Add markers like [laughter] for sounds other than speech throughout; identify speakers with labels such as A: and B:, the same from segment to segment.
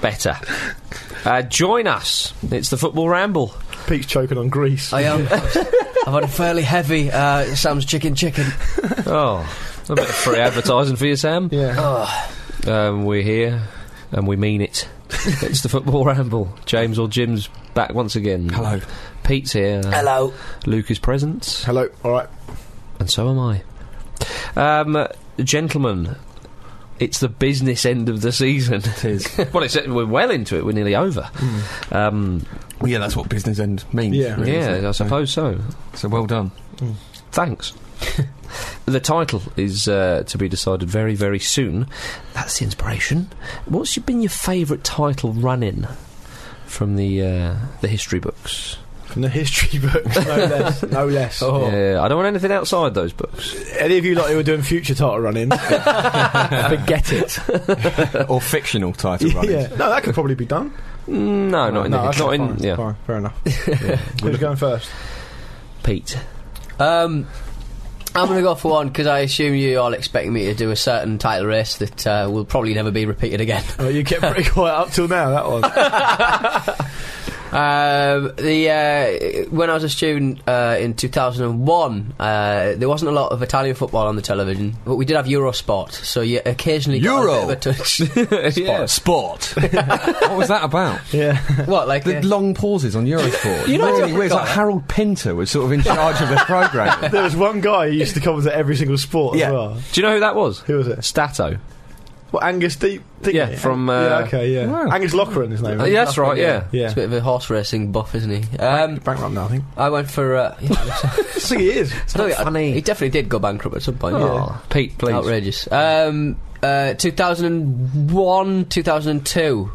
A: better. Uh, join us. It's the Football Ramble.
B: Pete's choking on grease.
C: I
D: [laughs]
C: am. [laughs] I've had a fairly heavy uh, Sam's chicken chicken.
A: Oh, a bit of free advertising for you, Sam.
B: yeah.
A: Um, we're here and we mean it. It's the Football Ramble. James or Jim's back once again.
C: Hello.
A: Pete's here.
C: Hello.
A: Luke is present.
B: Hello. All right.
A: And so am I. Um, gentlemen, it's the business end of the season. It
D: is.
A: [laughs] well, it's, we're well into it. We're nearly over. Um,
D: Well, yeah, that's what business end means.
B: Yeah.
D: really, isn't it?
A: yeah, I suppose so.
D: So, so well done.
A: Thanks.
B: [laughs]
A: the title is uh, to be decided very, very soon. That's the inspiration. What's been your favourite title run-in from the uh, the history books?
B: From the history books, no less. No less.
A: Yeah, I don't want anything outside those books.
B: Any of you lot who are doing future title running, [laughs] forget it.
D: or fictional title running.
B: Yeah. No, that could probably be done.
A: Mm, No, not in.
B: no,
A: the,
B: okay,
A: not in.
B: fine,
A: yeah,
B: fine, fair enough. Who's going first?
A: Pete.
C: Um, I'm going to go for one because I assume you all expect me to do a certain title race that uh, will probably never be repeated again. [laughs]
B: Oh, you kept pretty quiet up till now. That one.
C: Um, the uh, when I was a student uh, in 2001, uh, there wasn't a lot of Italian football on the television, but we did have Eurosport, so you occasionally got
D: Euro.
C: a bit of a
D: [laughs]
C: touch. [laughs]
A: yeah.
D: Sport. [laughs] what was that about?
B: yeah.
C: what like
D: The
C: uh,
D: long pauses on Eurosport. you
C: know, I
D: really
C: don't
D: weird. It's like Harold Pinter was sort of in charge of the
B: [laughs]
D: programme.
B: [laughs] There was one guy who used to comment at every single sport
D: Yeah.
B: as well.
A: Do you know who that was?
B: Who was it?
A: Stato.
B: Well, Angus Deep. Didn't
A: Yeah,
B: he?
A: from,
B: yeah,
A: uh,
B: okay, yeah.
D: Wow.
B: Angus Lochran, his name.
A: Uh,
B: is.
A: yeah, that's right. Yeah.
B: Yeah.
C: He's a bit of a horse racing buff, isn't he? Um,
B: Bankrupt now, I think.
C: I went for. Uh,
B: I think he is.
C: no, he-
A: funny.
C: He definitely did go bankrupt at some point.
A: Oh, Pete, please.
C: Outrageous. Um, uh, 2001, 2002,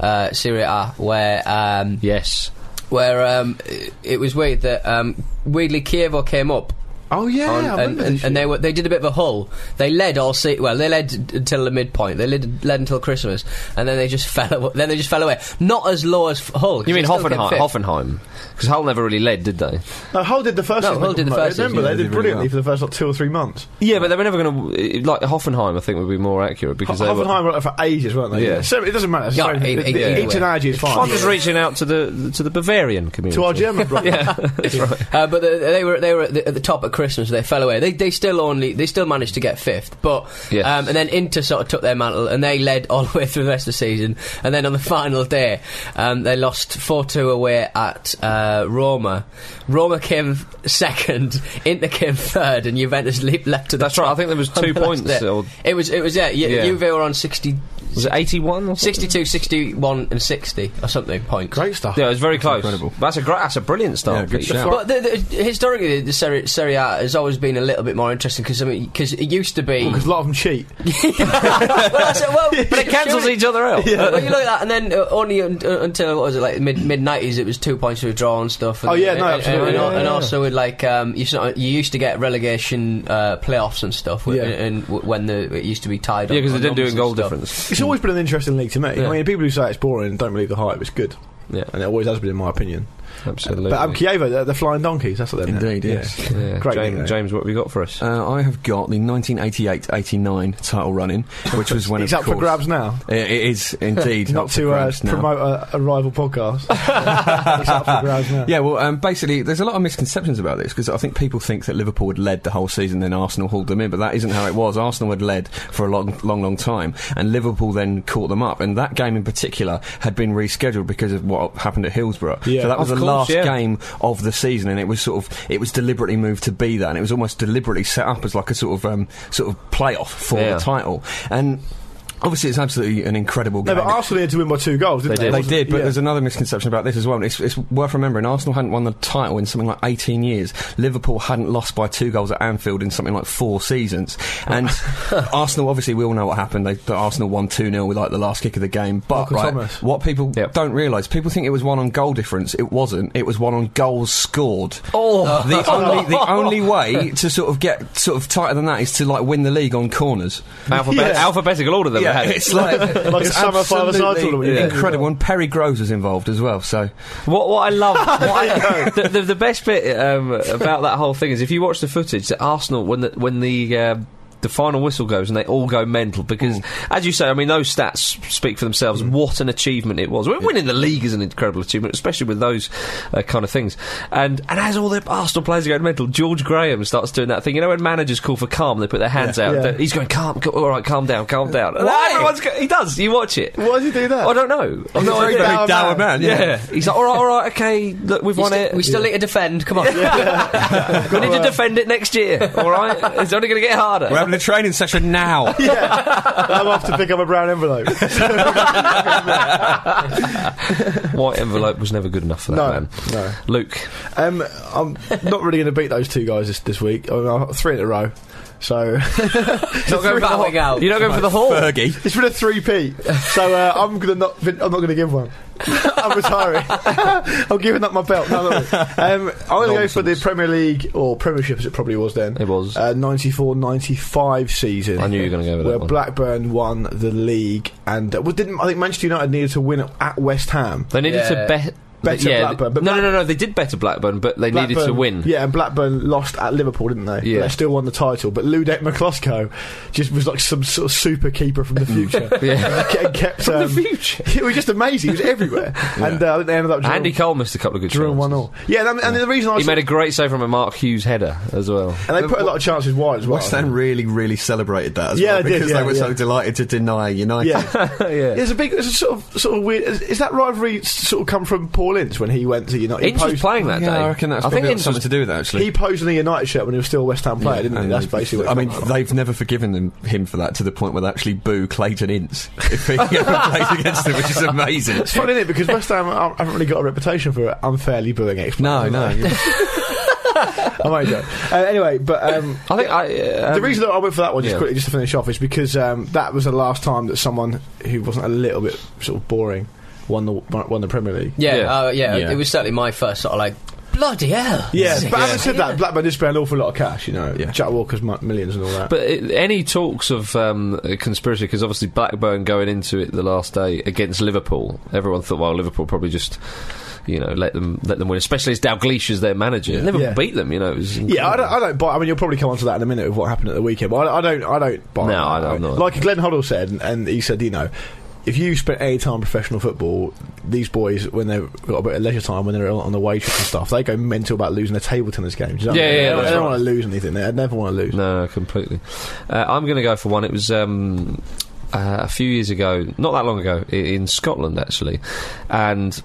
C: uh, Serie A, where um,
A: Yes.
C: where um, it, it was weird that um, weirdly Kievo came up.
B: Oh yeah,
C: on-
B: I
C: and,
B: remember
C: and,
B: this
C: and
B: year.
C: they were they did a bit of a hull. They led all se- well, they led d- until the midpoint. They led, led until Christmas, and then they just [laughs] fell. Away. Then they just fell away. Not as low as f- Hull. 'cause
A: You mean
C: they still came
A: Hoffenheim?
C: fifth.
A: Hoffenheim, because Hull never really led, did they?
B: No, Hull did the first.
C: No,
B: season
C: Hull
B: they
C: did the
B: got promoted.
C: first season,
B: Remember,
D: yeah,
B: they
D: they
B: did
D: did really
B: brilliantly
D: well.
B: for the first like two or three months.
A: Yeah, but they were never going to like Hoffenheim. I think would be more accurate because they were.
B: Hoffenheim were like for ages, weren't they?
A: Yeah.
B: So it doesn't matter. It's
C: Yeah,
B: the same-
C: e-
B: the-
C: e-
B: the-
C: either
B: each
C: way.
B: analogy is fine.
A: I'm just reaching out to the to the Bavarian community.
B: to our German brother.
C: [laughs] Uh, but the, they were they were at the, at the top at Christmas. They fell away. They they still only they still managed to get fifth. But
A: Yes.
C: um, and then Inter sort of took their mantle and they led all the way through the rest of the season. And then on the final day, um, they lost four two away at uh, Roma. Roma came second. Inter came third, and Juventus [laughs] leaped left to the.
A: That's right. I
C: top
A: think there was
C: [laughs] on
A: two
C: the last
A: points.
C: day.
A: Or
C: It was it was yeah. Ju-
A: Yeah.
C: Juve were on 60,
A: was it 81 or something?
C: 62, 61 and sixty or something points.
B: Great stuff.
A: Yeah, it was very close.
D: incredible.
A: That's a great. That's a brilliant
D: Yeah,
A: start.
D: good
A: Pete.
D: shout.
C: But the, the, historically, the Serie, Serie A has always been a little bit more interesting because I mean, 'cause it used to [laughs] be.
B: Because a lot of them cheat.
C: well, that's it, well,
A: But it cancels
C: [laughs]
A: each other out.
C: Well, you look at that, and then uh, only un- uh, until what was it like mid mid nineties? It was two points to a draw and stuff. And,
B: Oh, yeah, no,
C: and-
B: absolutely,
C: And, and,
B: yeah, yeah,
C: also with like um, you, sort of- you used to get relegation uh, playoffs and stuff.
B: Yeah.
C: And, and w- when the it used to be tied.
A: Yeah,
C: up
A: because
C: on
A: they didn't do it
C: numbers
A: in
C: and
A: goal
C: stuff.
A: difference.
B: It's always been an interesting league to me.
A: Yeah.
B: I mean, people who say it's boring don't believe the hype. It's good,
A: Yeah.
B: and it always has been, in my opinion.
A: Absolutely.
B: But um, Kievo, they're, they're flying donkeys. That's what they're now.
D: Indeed, yes.
A: yeah.
B: great nickname.
A: James, James, what have you got for
D: [laughs]
A: us?
D: Uh, I have got the 1988-89 title running, which was when
B: It's
D: of
B: up for
D: course-
B: grabs now.
D: I- it is
B: [laughs]
D: indeed
B: Not
D: up for
B: to uh,
D: grabs now.
B: promote a, a rival podcast. it's up for grabs now.
D: Yeah, well, um, basically, there's a lot of misconceptions about this because I think people think that Liverpool had led the whole season, then Arsenal hauled them in, but that isn't how it was. Arsenal had led for a long, long, long time, and Liverpool then caught them up. And that game in particular had been rescheduled because of what happened at Hillsborough.
B: Yeah.
D: so that was
A: Of
D: the
A: course,
D: last
A: yeah.
D: game of the season, and it was sort of it was deliberately moved to be that, and it was almost deliberately set up as like a sort of um, sort of playoff for
A: Yeah.
D: the title, and. Obviously, it's absolutely an incredible
B: No,
D: game.
B: but Arsenal had to win by two goals, didn't
A: They
B: they?
A: did.
D: They did, but
B: Yeah.
D: there's another misconception about this as well. and It's, it's worth remembering Arsenal hadn't won the title in something like 18 years. Liverpool hadn't lost by two goals at Anfield in something like four seasons.
A: [laughs]
D: And Arsenal, obviously, we all know what happened. They, that Arsenal won 2 0 with like the last kick of the game. But
B: Michael
D: right,
B: Thomas.
D: what people
A: Yep.
D: don't realise, people think it was one on goal difference. It wasn't. It was one on goals scored.
A: Oh,
D: The only, the
A: [laughs]
D: only way to sort of get sort of tighter than that is to like win the league on corners.
A: alphabet-
B: Yes.
A: alphabetical order that we had.
D: it's like,
A: [laughs]
B: Like a
D: it's
B: summer five-a-side
D: absolutely
B: tournament. Yeah.
D: incredible. And Perry Groves was involved as well. So
A: What, what I
B: [laughs]
A: love, what I, the, the, the best bit um, about that whole thing is if you watch the footage, that Arsenal when the when the uh, the final whistle goes and they all go mental because, as you say, I mean those stats speak for
B: Mm.
A: themselves. What an achievement it was! Winning the league is an incredible achievement, especially with those uh, kind of things. And and as all the Arsenal players are going mental, George Graham starts doing that thing. You know when managers call for calm, they put their hands out.
B: Yeah.
A: They're- He's going calm, cal- all right, calm down, calm down. And everyone's go- he does. You watch it.
B: Why does he do that?
A: I don't know. I've
B: He's
A: no
B: a very
A: idea.
B: dour
D: dour Oh, man,
A: Yeah. He's like, all right, all right, okay, look, we've
C: We
A: won
C: sti-
A: it.
C: we still need to defend.
B: [laughs]
C: Come on. [laughs]
A: we need to defend it next year, all right? It's only going to get harder.
D: We're having a training session [laughs] now.
B: yeah. I'm off to pick up a brown [laughs] envelope.
A: White envelope was never good enough for that
B: No,
A: man.
B: no.
A: Luke,
B: Um, I'm not really going to beat those two guys this, this week. I mean, I've- three in a row. So [laughs]
C: Not going bowing out.
A: you're not going for the hall.
D: Fergie.
B: it's been a three peat. So uh, I'm gonna not. I'm not gonna give [laughs] one. I'm retiring. [laughs] I'm giving up my belt. No, no, no. Um, I'm gonna go for the Premier League or Premiership as it probably was then.
A: It was.
B: uh, 94-95 season.
A: I knew you were going to go with
B: where
A: that one.
B: Blackburn won the league, and uh, well, didn't I think Manchester United needed to win at West Ham?
A: They needed
C: Yeah.
A: to bet.
B: Better
A: yeah,
B: Blackburn, but
A: no, no, no, no. They did better Blackburn, but they needed to
B: Blackburn-
A: win.
B: Yeah, and Blackburn lost at Liverpool, didn't they?
A: Yeah.
B: But they still won the title. But Ludek McClosco just was like some sort of super keeper
A: [laughs]
B: from the future.
A: Yeah.
B: and kept.
A: The
B: Um,
A: future.
B: [laughs] he was just amazing. He was everywhere. And uh, I think they ended up drawing,
A: Andy Cole missed a couple of good
B: drawing
A: chances.
B: one all. Yeah, and, and the reason I
A: He
B: was.
A: made a great save from a Mark Hughes header as well.
B: and they put a lot of chances wide as well.
D: West Ham really, really celebrated that as
B: Yeah,
D: well
B: they did,
D: because
B: yeah,
D: they were
B: yeah.
D: so delighted to deny
A: [laughs]
B: [laughs]
D: United.
B: Yeah.
A: yeah.
B: It's a big, it's a sort of, sort of weird. Is, is that rivalry s- sort of come from Paul Ince when he went to United?
A: Ince
B: he
A: was
B: posed-
A: playing that
D: Yeah,
A: day.
D: I reckon that's
A: I think
D: probably got
A: Ince
D: something
A: was-
D: to do with that actually.
B: He posed in a United shirt when he was still a West Ham player, didn't he?
D: And
B: That's
D: they-
B: basically.
D: I
B: What it
D: mean,
B: come from.
D: they've never forgiven them, him for that to the point where they actually boo Clayton Ince [laughs] if he ever plays against them, which is amazing.
B: It's funny, is it? Because West Ham aren't- haven't really got a reputation for unfairly booing ex.
D: No, no.
B: [laughs] I might joke. [laughs] Uh, anyway, but um,
A: I think I. Uh,
B: the reason that I went for that one just
A: yeah.
B: quickly, just to finish off, is because um, that was the last time that someone who wasn't a little bit sort of boring won the won the Premier League.
C: Yeah,
A: Yeah.
C: uh, yeah,
D: Yeah.
C: It was certainly my first sort of like bloody hell.
B: Yeah,
C: Sick.
B: but having said that, Blackburn did spend an awful lot of cash. You know,
D: Yeah.
B: Jack Walker's mi- millions and all that.
A: But it, any talks of um, a conspiracy, because obviously Blackburn going into it the last day against Liverpool, everyone thought, well, Liverpool probably just, you know, let them let them win, especially as Dalglish is their manager. Liverpool
B: Yeah.
A: beat them, you know. It was
B: yeah, I
A: incredible.
B: don't, I don't buy. I mean, you'll probably come onto that in a minute with what happened at the weekend. But I, I don't, I don't buy.
A: No,
B: that.
A: I don't- I'm not.
B: Like Glenn Hoddle said, and, and he said, you know, if you spent any time in professional football, these boys when they've got a bit of leisure time, when they're on the way trip and stuff, they go mental about losing their table tennis games. You know what
A: Yeah,
B: I mean?
A: yeah,
B: they, don't-
A: that's
B: they don't
A: right.
B: want to lose anything. They never want to lose.
A: No, completely. Uh, I'm going to go for one. It was um, uh, a few years ago, not that long ago, i- in Scotland actually, and.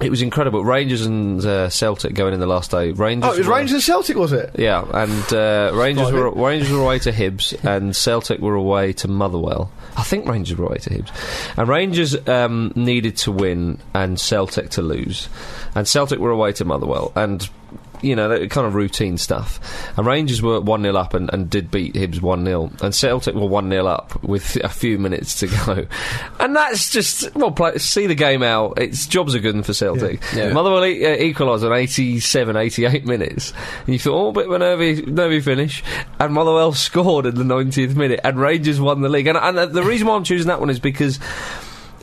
A: It was incredible. Rangers and uh, Celtic going in the last day. Rangers.
B: Oh, it was
A: were-
B: Rangers and Celtic, was it?
A: Yeah, and uh, Rangers
B: Five
A: were Rangers were away to Hibs, and Celtic were away to Motherwell. I think Rangers were away to Hibs, and Rangers um, needed to win and Celtic to lose, and Celtic were away to Motherwell, and you know that kind of routine stuff. And Rangers were one 0 up and, and did beat Hibs one 0 and Celtic were one 0 up with a few minutes to go, [laughs] and that's just well, play, see the game out. It's jobs are good for Celtic.
C: Yeah. Yeah.
A: Motherwell e- uh, equalised on 87, 88 minutes. And you thought, oh, bit of a nervy, nervy finish. And Motherwell [laughs] scored in the 90th minute. And Rangers won the league. And, and uh, the reason why I'm choosing that one is because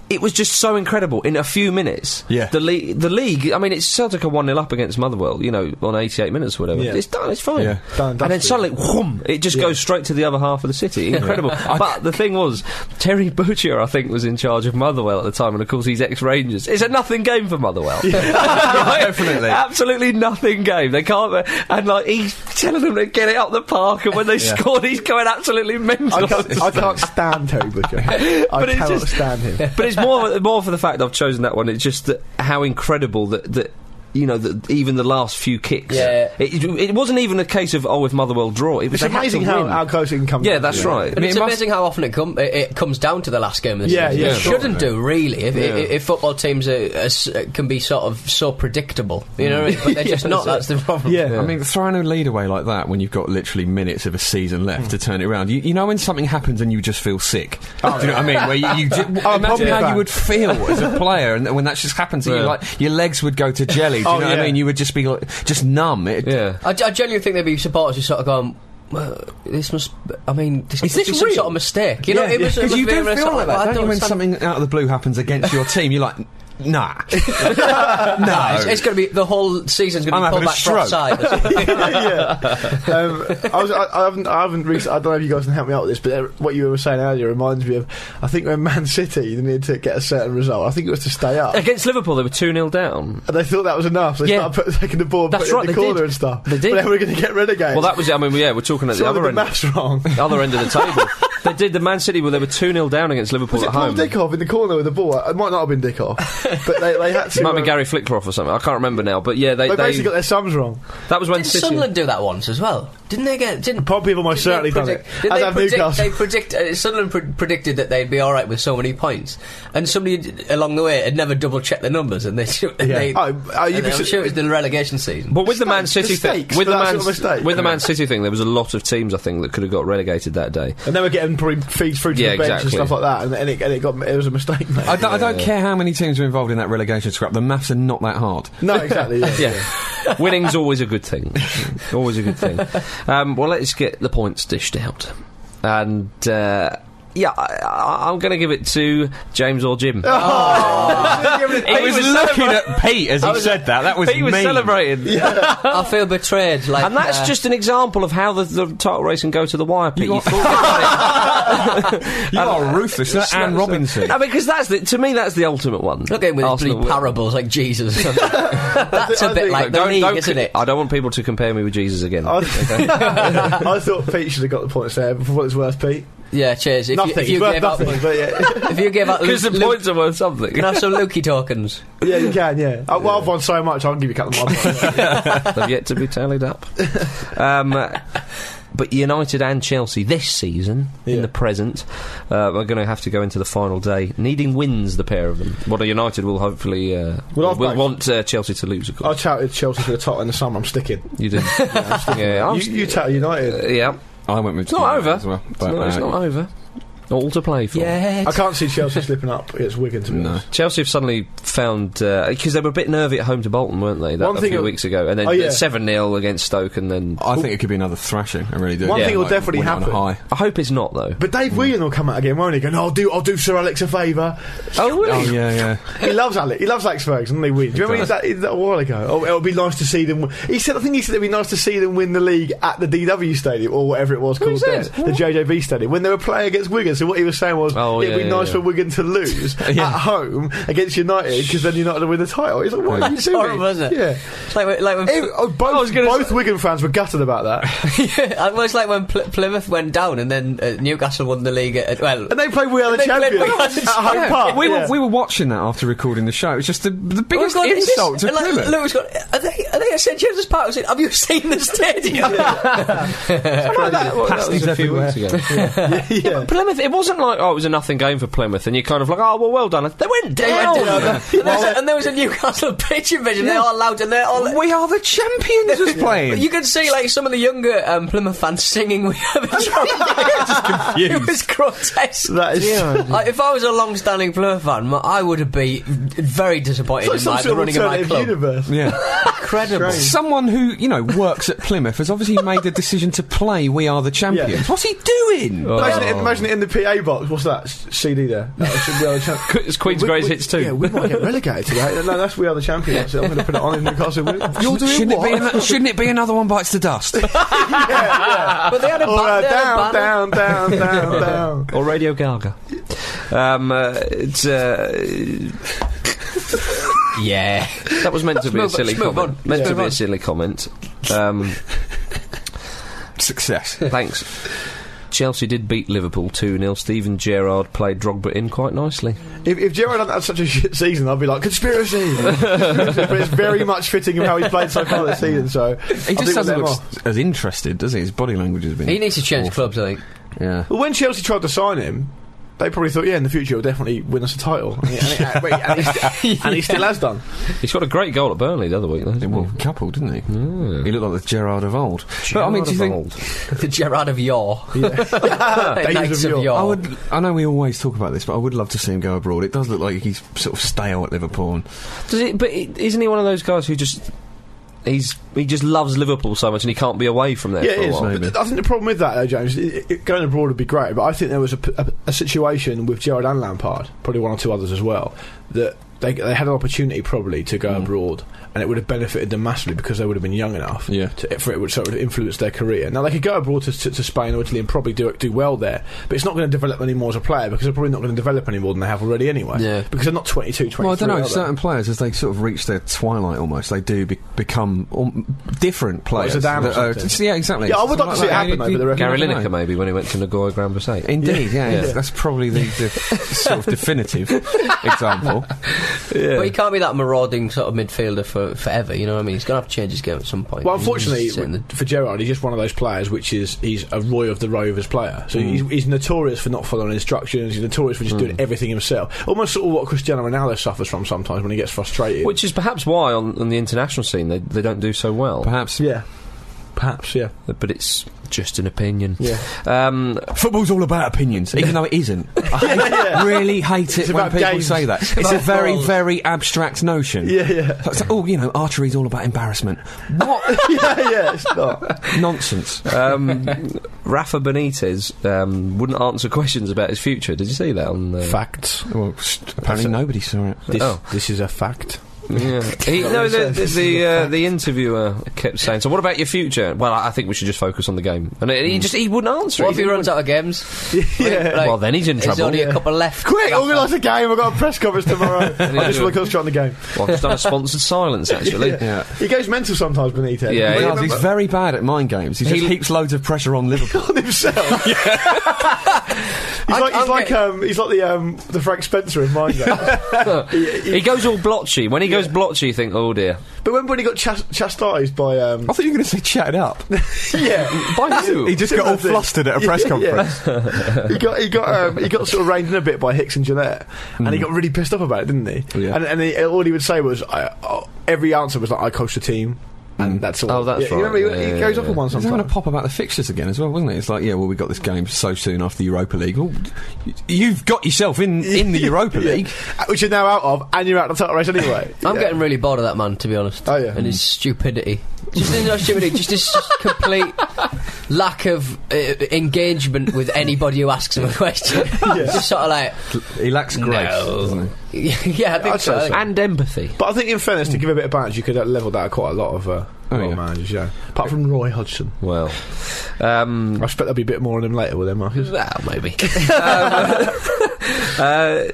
A: it was just so incredible in a few minutes.
D: Yeah.
A: The league, the league. I mean, it's Celtic are one 0 up against Motherwell. You know, on eighty eight minutes or whatever.
B: Yeah.
A: It's done. It's fine.
D: Yeah.
B: Done,
A: and then
B: dusted.
A: suddenly, whoom! It just goes straight to the other half of the city. Incredible. But the thing was, Terry Butcher, I think, was in charge of Motherwell at the time, and of course, he's ex Rangers. It's a nothing game for Motherwell. [laughs] Right?
D: definitely.
A: Absolutely nothing game. They can't. And like he's telling them to get it up the park, and when they
D: Yeah.
A: scored, he's going absolutely mental.
B: I can't, I can't stand Terry Butcher. I
A: [laughs] But it's
B: cannot
A: just-
B: stand him.
A: but [laughs] it's more more for the fact I've chosen that one. It's just that how incredible that that. You know, that even the last few kicks.
C: Yeah.
A: It, it wasn't even a case of, oh, if Motherwell draw. It was
B: It's
A: they had to
B: amazing how,
A: win.
B: how close it can come.
A: Yeah,
B: down to.
A: that's right.
C: And
D: mean,
C: it's
D: it must-
C: amazing how often it, com- it, it comes down to the last game of the
B: Yeah,
C: season.
B: yeah,
C: it
B: sure.
C: shouldn't do really if,
A: Yeah.
C: if, if football teams are, are s- can be sort of so predictable. You know, what I mean? but
D: [laughs]
C: they're just not. That's the problem.
B: Yeah.
D: I mean, throwing a lead away like that when you've got literally minutes of a season left to turn it around. You, you know when something happens and you just feel sick. Do you know what I mean? Where you, you ju-
B: I'm
D: imagine
B: probably
D: how
B: bad.
D: you would feel as a player, and when that's just happened to you,
A: Yeah.
D: like your legs would go to jelly. Do you
B: Oh,
D: know what
B: yeah.
D: I mean? You would just be like, just numb. It,
A: Yeah.
C: I, I genuinely think there'd be supporters who sort of gone. Well, this must. I mean, this
D: Is
C: must
D: this
C: be some
D: real?
C: sort of mistake. You know,
B: Yeah,
C: it
B: yeah.
C: must, it
D: Because
C: must
D: you
C: be
D: do
C: a mistake.
D: feel like
C: Well, I
D: that, don't you? When
C: understand-
D: something out of the blue happens against your team, you're like, nah,
C: Ah,
D: no.
C: it's, going to be the whole season's going
D: I'm
C: to be
D: having
C: pulled back from
D: a stroke.
C: offside. or
D: [laughs]
C: something.
B: yeah. Um, I, was, I, I haven't. I haven't. Re- I don't know if you guys can help me out with this, but uh, what you were saying earlier reminds me of. I think when Man City they needed to get a certain result. I think it was to stay up,
A: Against Liverpool, they were 2 0 down.
B: and they thought that was enough. They
A: Yeah.
B: started put, taking the ball, and
A: That's
B: putting
A: right,
B: it in
A: they
B: the corner
A: did.
B: and stuff.
A: They did.
B: But they were going to get relegated.
A: Well, that was it. I mean, yeah, we're talking at the
B: Someone
A: other end,
B: did the maths wrong.
A: other end of the table.
B: [laughs]
A: they did the Man City, where they were 2 0 down against Liverpool
B: Was it
A: at
B: Paul
A: home.
B: Dickov in the corner with the ball? It might not have been Dickov, but they, they had
A: [laughs]
B: to.
A: It might be
B: um,
A: Gary Flitcroft or something. I can't remember now. But yeah, they,
B: They
A: they,
B: basically got their sums wrong.
A: that was when
C: Didn't
A: City.
C: Sunderland do that once as well? Didn't they get? Didn't
B: Probably have almost certainly done it.
C: Didn't
B: As
C: they
B: have
C: predict,
B: Newcastle.
C: They predict, uh, Sunderland pre- predicted that they'd be all right with so many points, and somebody d- along the way had never double checked the numbers, and they. [laughs] shoot- and they
B: Oh, oh, you'd
C: and
B: be
C: I'm
B: su-
C: sure it was the relegation season.
A: But with the Man
B: Mistakes-
A: City thing,
B: mistakes
A: with
B: for
A: the
B: that
A: Man,
B: sort of mistake.
A: with the
B: Yeah.
A: Man City thing, there was a lot of teams I think that could have got relegated that day.
B: And they were getting probably feeds through to
A: Yeah,
B: the bench
A: exactly.
B: and stuff like that, and, and, it, and it got it was a mistake.
C: [laughs]
B: Mate.
D: I don't, I don't care how many teams are involved in that relegation scrap. The maths are not that hard.
B: no, exactly. Yeah.
A: Yeah, winning's always a good thing. Always a good thing. Um, well, let's get the points dished out, and uh, yeah, I, I, I'm going to give it to James or Jim. Oh. [laughs]
D: I was,
A: was
D: looking at Pete as he said that. That was
A: he was
D: mean.
A: celebrating,
C: I feel betrayed. Like,
A: and that's
C: uh,
A: just an example of how the, the title race can go to the wire. Pete. You
D: You are-
A: thought [laughs]
D: You are ruthless. You're like Uh, Anne Robinson.
A: No, because that's the, to me that's the ultimate one.
C: Look at him with his
A: Arsenal
C: bleak
A: win.
C: parables
A: [laughs]
C: like Jesus. [laughs] That's a
B: I
C: bit
B: think-
C: like the
A: Don't-
C: league,
A: don't-
C: isn't it?
A: I don't want people to compare me with Jesus again.
B: I, [laughs]
C: [laughs]
B: I thought Pete should have got the points there. For what it's worth, Pete,
C: Yeah, cheers. If
B: nothing.
C: you, if you
B: it's worth
C: gave
B: nothing.
C: out,
B: But
C: [laughs]
B: yeah,
C: if you
A: [laughs]
C: gave out,
A: Because the
C: Luke- Luke-
A: points are worth something.
C: can I have some
A: [laughs]
C: Lukey tokens?
B: yeah, you can. Yeah, I, well, I've won so much. I'll give you a couple more.
C: [laughs]
A: They've yet to be tallied up. Um, but United and Chelsea this season, in
B: Yeah.
A: the present, uh, are going to have to go into the final day needing wins, the pair of them. Well, United will hopefully uh,
B: Well, I've
A: will
B: backed-
A: want uh, Chelsea to lose, of
B: I
A: course.
B: touted Chelsea for the title in the summer. I'm sticking.
A: [laughs] you did. yeah, I'm
B: You,
A: st-
B: you touted United.
A: uh, yeah.
D: I went with.
A: It's not over.
D: As well,
A: It's
D: but,
A: not, it's
D: uh,
A: not over. All to play for.
C: Yeah,
B: I can't see Chelsea slipping up. It's Wigan to be
D: No.
B: honest.
A: Chelsea have suddenly found because they were a bit nervy at home to Bolton, weren't they? That
B: One
A: a
B: thing
A: few
B: I-
A: weeks ago, and
B: Oh, yeah.
A: then seven 0 against Stoke, and then
D: I think it could be another thrashing. I really do.
B: One thing will
D: Like,
B: definitely
D: went on
B: happen.
D: High.
A: I hope it's not though.
B: But Dave Whelan will come out again, won't he? Going, I'll do, I'll do Sir Alex a favour.
A: Oh, really?
D: Oh yeah, yeah.
B: He loves Alex. He loves Alex Ferguson. doesn't He wins. Do you remember
D: does.
B: that, that a while ago? Oh, it'll be nice to see them. Win. He said, I think he said it'd be nice to see them win the league at the DW Stadium or whatever it was called then,
A: said?
B: the JJB Stadium, when they were playing against Wigan. So what he was saying was,
A: Oh,
B: it'd
A: yeah, yeah,
B: be nice
A: yeah.
B: for Wigan to lose at home against United because then United will win the title. He's like, what are you
C: It's
B: doing?
C: horrible, isn't it?
B: Yeah.
C: It's like when- like when
B: It- oh, both
A: gonna
B: both Wigan fans were gutted about
C: [laughs]
B: that,
C: Yeah, well, it's like when Pl- Plymouth went down and then uh, Newcastle won the league. At, well,
B: and they played We Are the
C: They played
B: Champions
C: We Are the
B: at home
C: Champions.
B: park.
D: we
B: yeah.
D: were we were watching that after recording the show. It's just the, the biggest
C: We've got this-
D: insult to
C: and, like,
D: Plymouth.
C: Lewis got, are they, are they at St James's Park? I said, have you seen the stadium?
D: Pasties everywhere.
B: yeah.
A: Plymouth, it wasn't like, oh, it was a nothing game for Plymouth, and you're kind of like, oh, well, well done. They went down.
C: and, there was a, and there was a Newcastle pitch invasion. They're all loud and they're all.
D: We are the champions. [laughs] was playing.
C: you can see like some of the younger um, Plymouth fans singing. [laughs] We are the
B: [laughs]
C: champions. it was grotesque.
B: That is [laughs]
C: Like, if I was a long-standing Plymouth fan, my- I would have been very disappointed
B: it's like
C: in
B: some sort
C: like, the
B: of
C: running of my
B: alternative
C: club.
B: universe.
D: yeah.
C: Incredible.
D: Someone who you know works at Plymouth has obviously made the decision to play. We are the champions. What's he doing?
B: Oh. Imagine, it, imagine it in the PA box. What's that S- CD there? That should be on the champ-
A: Qu- [laughs] It's Queen's
B: We-
A: Greatest
B: we-
A: Hits too.
B: Yeah, we might get relegated to that. [laughs] No, that's we are the champions. So I'm going to put it on in Newcastle. [laughs] You're doing
D: shouldn't,
B: what? [laughs]
D: It be ano- shouldn't it be another one bites the [laughs] dust?
C: But they had a,
B: Or,
C: ba-
B: uh,
C: they had a
B: down, down,
C: banner.
B: down, [laughs] down, down.
A: [laughs] or Radio Gaga. Um, uh, it's, uh,
C: Yeah.
A: that was meant to be a
C: Let's move-
A: silly
C: let's move
A: comment.
C: on.
A: Meant
C: Let's
A: to be
C: move
A: a
C: on.
A: silly comment. Um,
D: Success.
A: thanks. Chelsea did beat Liverpool 2 0. Stephen Gerrard played Drogba in quite nicely.
B: If, if Gerard hadn't had such a shit season, I'd be like [laughs] conspiracy. Conspiracy, but it's very much fitting of how he's played so far [laughs] this season. So
D: He just doesn't look s- as interested, does he? His body language has been.
C: He needs to change clubs, I think.
D: Yeah.
B: Well, when Chelsea tried to sign him, they probably thought, yeah, in the future he'll definitely win us a title, and he, and he- and he st- and [laughs] he still has done.
A: He's got a great goal at Burnley the other week, though. didn't he?
D: Well, a couple, didn't he? He looked like the Gerard of old. but I mean, do you think?
A: Gerrard of old.
C: The [laughs] Gerard of Yore. The [laughs]
B: Days
C: Knights
B: of yore.
C: of Yore.
D: I would. I know we always talk about this, but I would love to see him go abroad. It does look like he's sort of stale at Liverpool. And
A: Does he, but i- isn't he one of those guys who just. He's, he just loves Liverpool so much and he can't be away from there
B: Yeah,
A: for
B: it
A: a
B: is.
A: while.
B: But
D: maybe.
B: th- I think the problem with that, though, James, i i going abroad would be great, but I think there was a, p- a- a situation with Gerard and Lampard, probably one or two others as well, that they, they had an opportunity probably to
D: Mm.
B: go abroad, and it would have benefited them massively because they would have been young enough.
D: Yeah.
B: To, for it would sort of influence their career. Now they could go abroad to, to, to Spain or Italy and probably do do well there, but it's not going to develop any more as a player because they're probably not going to develop any more than they have already anyway.
C: Yeah.
B: Because they're not 22, 23.
D: well, I don't know.
B: are they?
D: Certain players, as they sort of reach their twilight, almost they do be- become um, different players.
B: Zidane or
D: that are-
B: something?
D: yeah, exactly.
B: Yeah, I would
D: Something
B: like to see it
D: that.
B: happen,
D: You-
B: though,
D: you-
B: but the referee-
A: Gary
D: you never
A: Lineker,
D: know.
A: maybe, when he went to Nagoya Grand Basate.
D: Indeed, yeah,
B: Yeah.
D: that's probably the,
B: [laughs]
D: the sort of definitive [laughs] example.
C: But he can't be that marauding sort of midfielder for forever, you know what I mean? He's going to have to change his game at some point.
B: Well,
C: He's
B: unfortunately,
C: just sitting there.
B: for Gerard, he's just one of those players which is he's a Roy of the Rovers player. So he's, he's notorious for not following instructions. He's notorious for just doing everything himself. Almost sort of what Cristiano Ronaldo suffers from sometimes when he gets frustrated.
A: Which is perhaps why on, on the international scene they, they don't do so well.
D: Perhaps
B: yeah, perhaps yeah,
A: But it's just an opinion.
B: yeah.
A: Um,
D: Football's all about opinions, even though it isn't.
B: [laughs]
D: I hate- really hate it
B: It's
D: when
B: about
D: people
B: games.
D: say that. It's, a
B: about
D: very,
B: goals.
D: very abstract notion.
B: Yeah, yeah, [laughs]
D: It's like, oh, you know, archery's all about embarrassment. What
B: yeah, yeah. It's not.
D: nonsense?
A: um, Rafa Benitez um, wouldn't answer [laughs] questions about his future. Did you see that on the
B: [laughs] Facts.
D: Well, apparently nobody saw it.
B: This,
A: Oh.
B: this is a fact.
A: Yeah. He, no, the the the, uh, the interviewer kept saying, "So, what about your future?" Well, I I think we should just focus on the game, and he he just he wouldn't answer.
C: What if he
A: didn't
C: runs out of games?
B: [laughs] yeah.
A: Well, then he's in
C: There's
A: trouble.
C: only
A: Yeah.
C: a couple left.
B: Quick,
C: Rafa.
B: organise a game. I've got a press conference [laughs] tomorrow. I just want to concentrate on the game.
A: want- Well, I've just done a sponsored
D: [laughs]
A: silence actually.
D: Yeah.
B: He goes mental sometimes,
A: Yeah,
B: Benitez.
D: He
A: Well,
D: does,
B: remember-
D: he's very bad at mind games. He, just
A: He-
D: heaps loads of pressure on Liverpool.
B: [laughs] [laughs] on himself. he's like, he's
C: I'm
B: like,
C: getting-
B: um, he's like the um, the Frank Spencer of mine. [laughs]
A: He goes all blotchy. When he goes blotchy, you think, "Oh dear."
B: But when, when he got chas- chastised by um,
D: [laughs] I thought you were going to say chatted up.
B: yeah,
D: [laughs]
A: By who?
D: He just got all
B: Timothy.
D: flustered at
B: [laughs]
D: a
B: Yeah,
D: press
B: yeah.
D: conference.
B: he got he got um, he got sort of reined in a bit by Hicks and Jeanette, and he got really pissed off about it, didn't he?
D: Yeah.
B: And, and he, all he would say was, I, oh, every answer was like, "I coached the team." And that's all.
A: Oh, that's
B: yeah, You
A: right.
B: remember, he-
A: Yeah,
B: he
A: yeah,
B: goes off
A: yeah.
B: on one
D: He's having a
B: sometimes.
D: pop about the fixtures again as well, wasn't it? It's like, yeah, well, we got this game so soon after the Europa League. Well, y- you've got yourself in, in the
B: [laughs]
D: Europa
B: Yeah.
D: League.
B: Which you're now out of, and you're out of the title race anyway.
C: I'm
B: Yeah.
C: getting really bored of that man, to be honest.
B: Oh, yeah.
C: And his stupidity. Just his stupidity, just his complete lack of uh, engagement with anybody who asks him a question.
B: [laughs]
C: Just sort of like,
D: He lacks grace.
C: No.
D: doesn't he?
C: [laughs] yeah, I think
B: I'd
C: so.
B: say
C: I think-
A: and empathy.
B: But I think, in fairness, to give a bit of balance, you could have levelled out quite a lot of, uh,
D: Oh,
B: a lot
D: yeah.
B: of managers, yeah. Apart from Roy Hodgson.
A: Well, um,
B: I expect there'll be a bit more on him later, will there, Marcus?
C: Well, maybe.
A: uh,